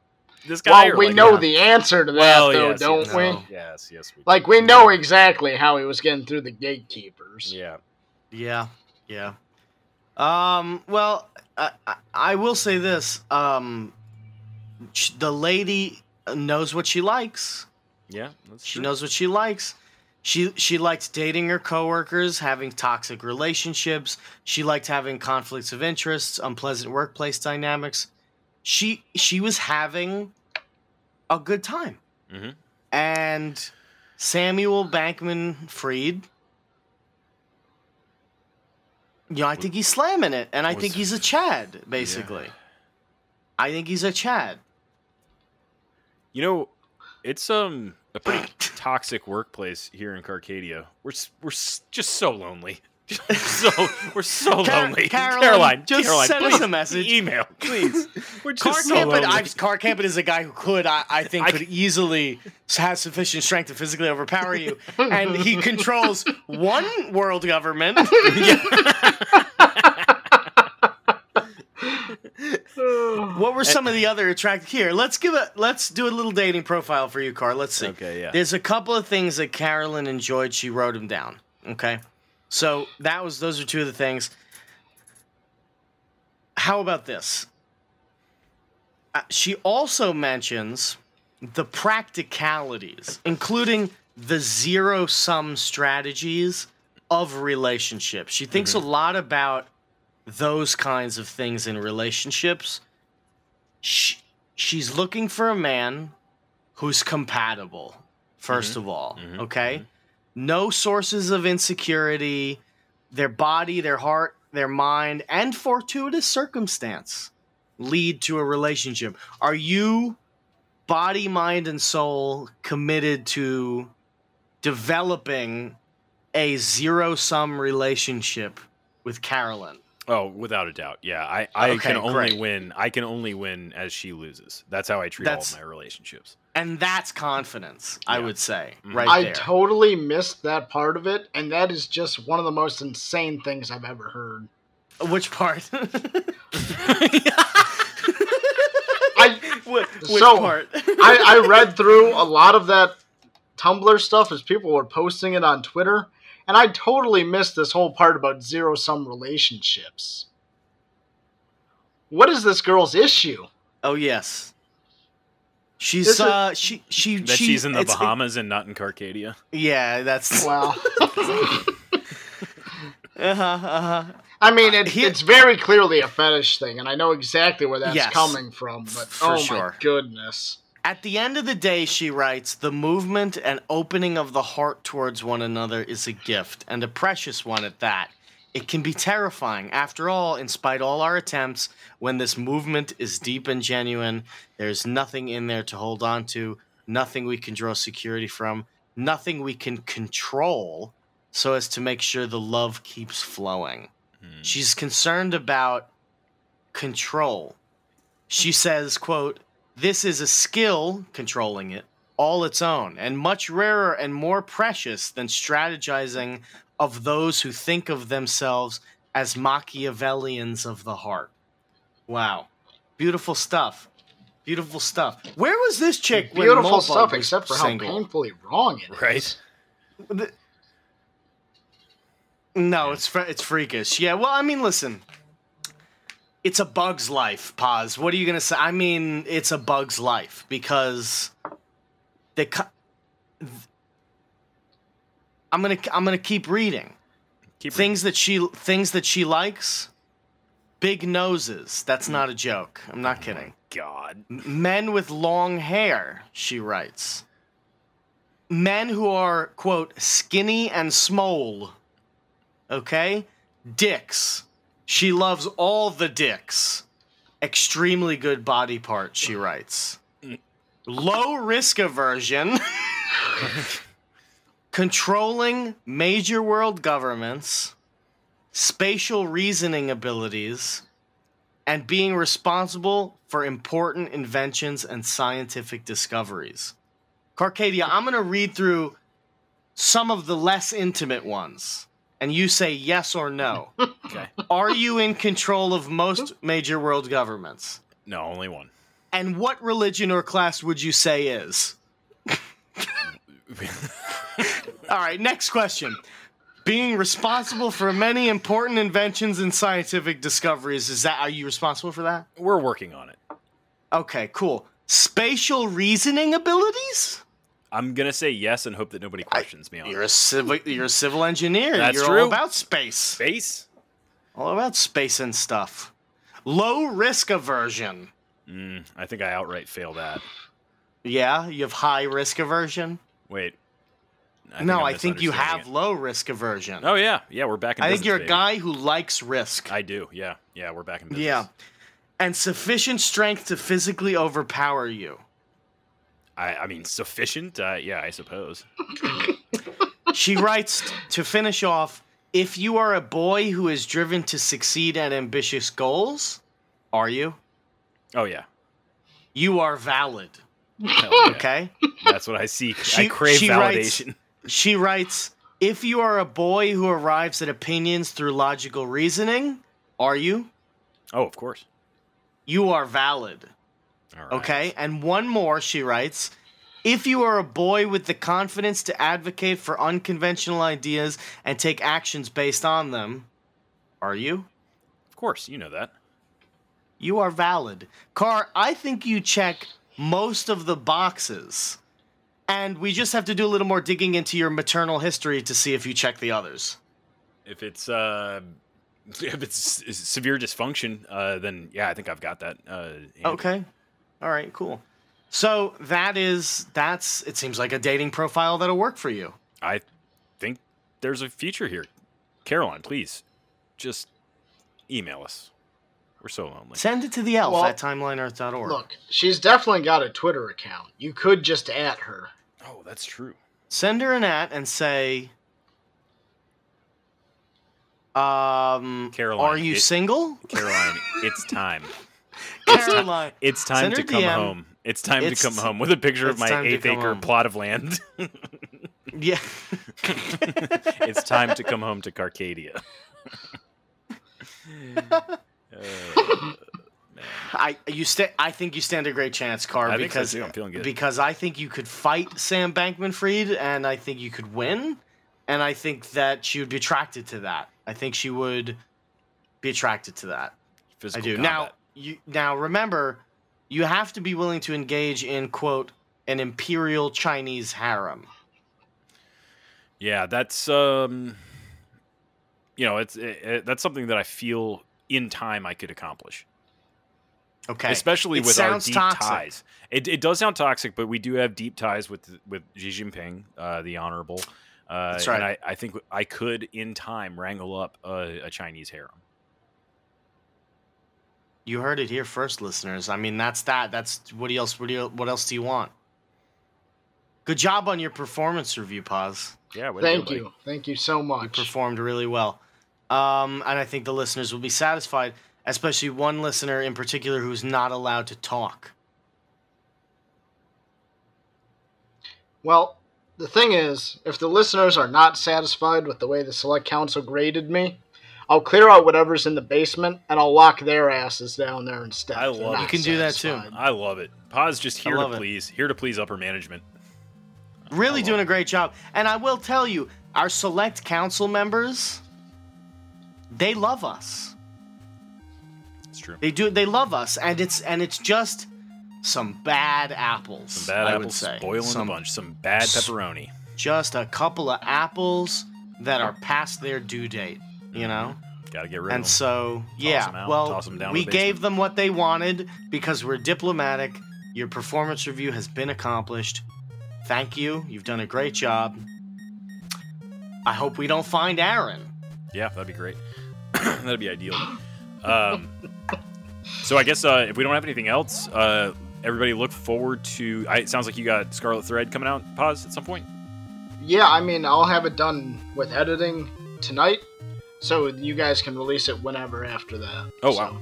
this guy?
well,
or,
we
like,
know
yeah.
the answer to that,
Well,
though,
yes,
don't
yes,
we?
no.
Yes, yes, we
Like, we know exactly how he was getting through the gatekeepers.
Yeah.
Yeah, yeah. Um, well, I, I- I will say this. Um, sh- the lady knows what she likes.
Yeah, that's
She
true.
knows what she likes. She she liked dating her coworkers, having toxic relationships. She liked having conflicts of interests, unpleasant workplace dynamics. She she was having a good time.
Mhm.
And Samuel Bankman Freed. You know, I think he's slamming it, and I
Was-
think he's a Chad, basically. I think he's a Chad.
You know, it's um a pretty toxic workplace here in Carcadia. We're s- we're s- just so lonely. so we're so
Car-
lonely.
Caroline,
Caroline,
just
Caroline,
send us
please,
a message.
Email, please. We're just
Car
so
Campbell,
lonely.
I've, Car Campbell is a guy who could, I, I think,
I
could easily have sufficient strength to physically overpower you, and he controls one world government. What were some of the other attractive? Here, let's give a let's do a little dating profile for you, Car. Let's see.
Okay, yeah.
There's a couple of things that Carolyn enjoyed. She wrote them down. Okay, so that was those are two of the things. How about this? Uh, she also mentions the practicalities, including the zero sum strategies of relationships. She thinks
Mm-hmm.
a lot about those kinds of things in relationships. She, she's looking for a man who's compatible, 1st of all.
mhm,
Okay. No sources of insecurity, their body, their heart, their mind, and fortuitous circumstance lead to a relationship. Are you body, mind, and soul committed to developing a zero sum relationship with Carolyn?
Oh, without a doubt. Yeah, I, I
Okay,
can only
great.
win. I can only win as she loses. That's how I treat
That's-
all of my relationships.
And that's confidence, I
Yeah.
would say,
Mhm.
right
I
there.
totally missed that part of it, and that is just one of the most insane things I've ever heard.
Which part?
I,
Wh- Which
So-
part?
I, I read through a lot of that Tumblr stuff as people were posting it on Twitter, and I totally missed this whole part about zero sum relationships. What is this girl's issue?
oh yes, she's
This is-
uh she she
That
she-
she's in the
it's-
Bahamas and not in Carcadia.
yeah, that's uh
Well,
huh uh huh.
I mean, it,
Here-
it's very clearly a fetish thing, and I know exactly where that's
Yes.
coming from, but
For
oh
sure.
my goodness.
At the end of the day, she writes, the movement and opening of the heart towards one another is a gift, and a precious one at that. It can be terrifying. After all, in spite all our attempts, when this movement is deep and genuine, there's nothing in there to hold on to, nothing we can draw security from, nothing we can control so as to make sure the love keeps flowing.
Hmm.
She's concerned about control. She says, quote, this is a skill controlling it all its own and much rarer and more precious than strategizing of those who think of themselves as Machiavellians of the heart. Wow. Beautiful stuff. Beautiful stuff. Where was this chick when
Beautiful
Mulbug
stuff,
was
except for
single?
how painfully wrong it is.
Right?
The- No, it's fre- it's freakish. Yeah. Well, I mean, listen. It's a bug's life. Pause. What are you gonna say? I mean, it's a bug's life because the co- I'm gonna I'm gonna keep reading
Keep reading.
things that she things that she likes. Big noses. That's not a joke. I'm not kidding.
Oh God.
Men with long hair. She writes. Men who are quote skinny and small. Okay, dicks. She loves all the dicks. Extremely good body part. She writes.
Mm.
Low risk aversion. controlling major world governments, spatial reasoning abilities, and being responsible for important inventions and scientific discoveries. Carcadia, I'm going to read through some of the less intimate ones, and you say yes or no.
Okay.
Are you in control of most major world governments?
No, only one.
And what religion or class would you say is? All right, next question. Being responsible for many important inventions and scientific discoveries, is that are you responsible for that?
We're working on it.
Okay, cool. Spatial reasoning abilities?
I'm gonna say yes and hope that nobody questions me on
You're a civil you're a civil engineer.
That's
you're all
true.
about space.
space.
All about space and stuff. Low risk aversion.
Mm, I think I outright fail that.
Yeah, you have high risk aversion.
Wait.
no,
I'm
I think you
misunderstanding
have
it.
low risk aversion.
Oh yeah, yeah. We're back in.
I think
business,
you're a
baby.
guy who likes risk.
I do. Yeah, yeah. We're back in. Business.
Yeah. And sufficient strength to physically overpower you.
I, I mean, sufficient. Uh, yeah, I suppose.
She writes t- to finish off if you are a boy who is driven to succeed at ambitious goals, are you?
Oh yeah.
You are valid.
Hell yeah.
Okay?
That's what I seek.
She-
I crave
she writes-
validation.
She writes if you are a boy who arrives at opinions through logical reasoning, are you?
Oh, of course.
You are valid.
All right.
Okay, and one more, she writes. If you are a boy with the confidence to advocate for unconventional ideas and take actions based on them, are you?
Of course, you know that.
You are valid. Car, I think you check most of the boxes. And we just have to do a little more digging into your maternal history to see if you check the others.
If it's uh, if it's s- severe dysfunction, uh, then yeah, I think I've got that. Uh, handy.
Okay. All right, cool. So that is that's it seems like a dating profile that'll work for you.
I think there's a future here. Caroline, please, just email us. We're so lonely.
Send it to the elf
Well,
at timelineearth.org.
Look, she's definitely got a Twitter account. You could just at her.
Oh, that's true.
send her an at and say um
Caroline,
are you
it-
single
Caroline, it's time.
caroline
It's time
Send
to
her
come
DM.
home. It's time
It's-
to come home with a picture of
it's
my
time to
eighth
come
acre
home.
plot of land.
yeah
it's time to come home to Carcadia. Uh,
i you sta- i think you stand a great chance car
I think so
because
too. I'm feeling good.
because i think you could fight sam bankman fried and i think you could win and i think that she would be attracted to that i think she would be attracted to that I
Physical
do. Now
combat.
you now remember you have to be willing to engage in quote an imperial Chinese harem.
Yeah, that's um, you know, it's it, it- that's something that I feel in time I could accomplish,
Okay.
especially
It
with our
sounds
deep
toxic.
ties. It, it does sound toxic, but we do have deep ties with with Xi Jinping, uh, the honorable. Uh,
That's right.
And I, I think I could, in time, wrangle up a, a Chinese harem.
you heard it here first, listeners. I mean, that's that. That's what else? What, do you, what else do you want? Good job on your performance review, Paz.
Yeah, way to go,
Thank
buddy.
you. Thank you so
You
much.
performed really well, um, and I think the listeners will be satisfied, especially one listener in particular who's not allowed to talk.
Well, the thing is, if the listeners are not satisfied with the way the Select Council graded me, I'll clear out whatever's in the basement and I'll lock their asses down there instead.
I
if they're
love
not
You
can do that too.
satisfied.
I love it. Pa's just here
love
to
it.
please, here to please upper management.
Really doing a great job. And I will tell you, our select council members, they love us.
It's true.
They do they love us and it's and it's just some bad apples.
Some bad
I would
apples
say.
spoiling
Some-
a bunch. Some bad pepperoni.
Just a couple of apples that are past their due date. You know.
Got to get rid
And
of them.
so, yeah,
'em out,
well,
Mm-hmm. toss 'em down
we
in the
gave them what they wanted because we're diplomatic. Your performance review has been accomplished. Thank you. You've done a great job. I hope we don't find Aaron.
Yeah, that'd be great. that'd be ideal. Um, so I guess uh, if we don't have anything else, uh, everybody look forward to. I, it sounds like you got Scarlet Thread coming out. Pause at some point.
Yeah, I mean, I'll have it done with editing tonight, so you guys can release it whenever after that.
Oh,
So,
wow.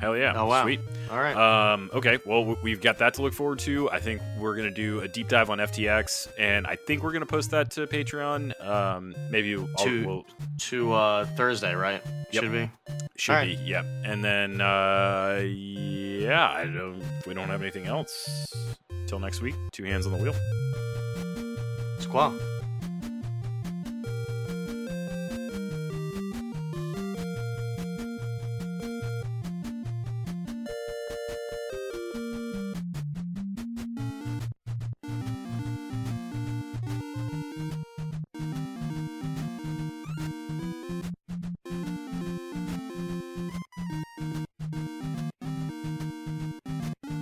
Hell yeah!
Oh, wow.
Sweet.
All right.
Um, okay, well, w- we've got that to look forward to. I think we're going to do a deep dive on FTX, and I think we're going to post that to Patreon. Um, maybe I'll,
To-
we'll,
to uh, Thursday, right?
Yep.
Should be.
should
all
be, yeah. And then, uh, yeah, I don't, we don't have anything else. Till next week, two hands on the wheel.
Squall.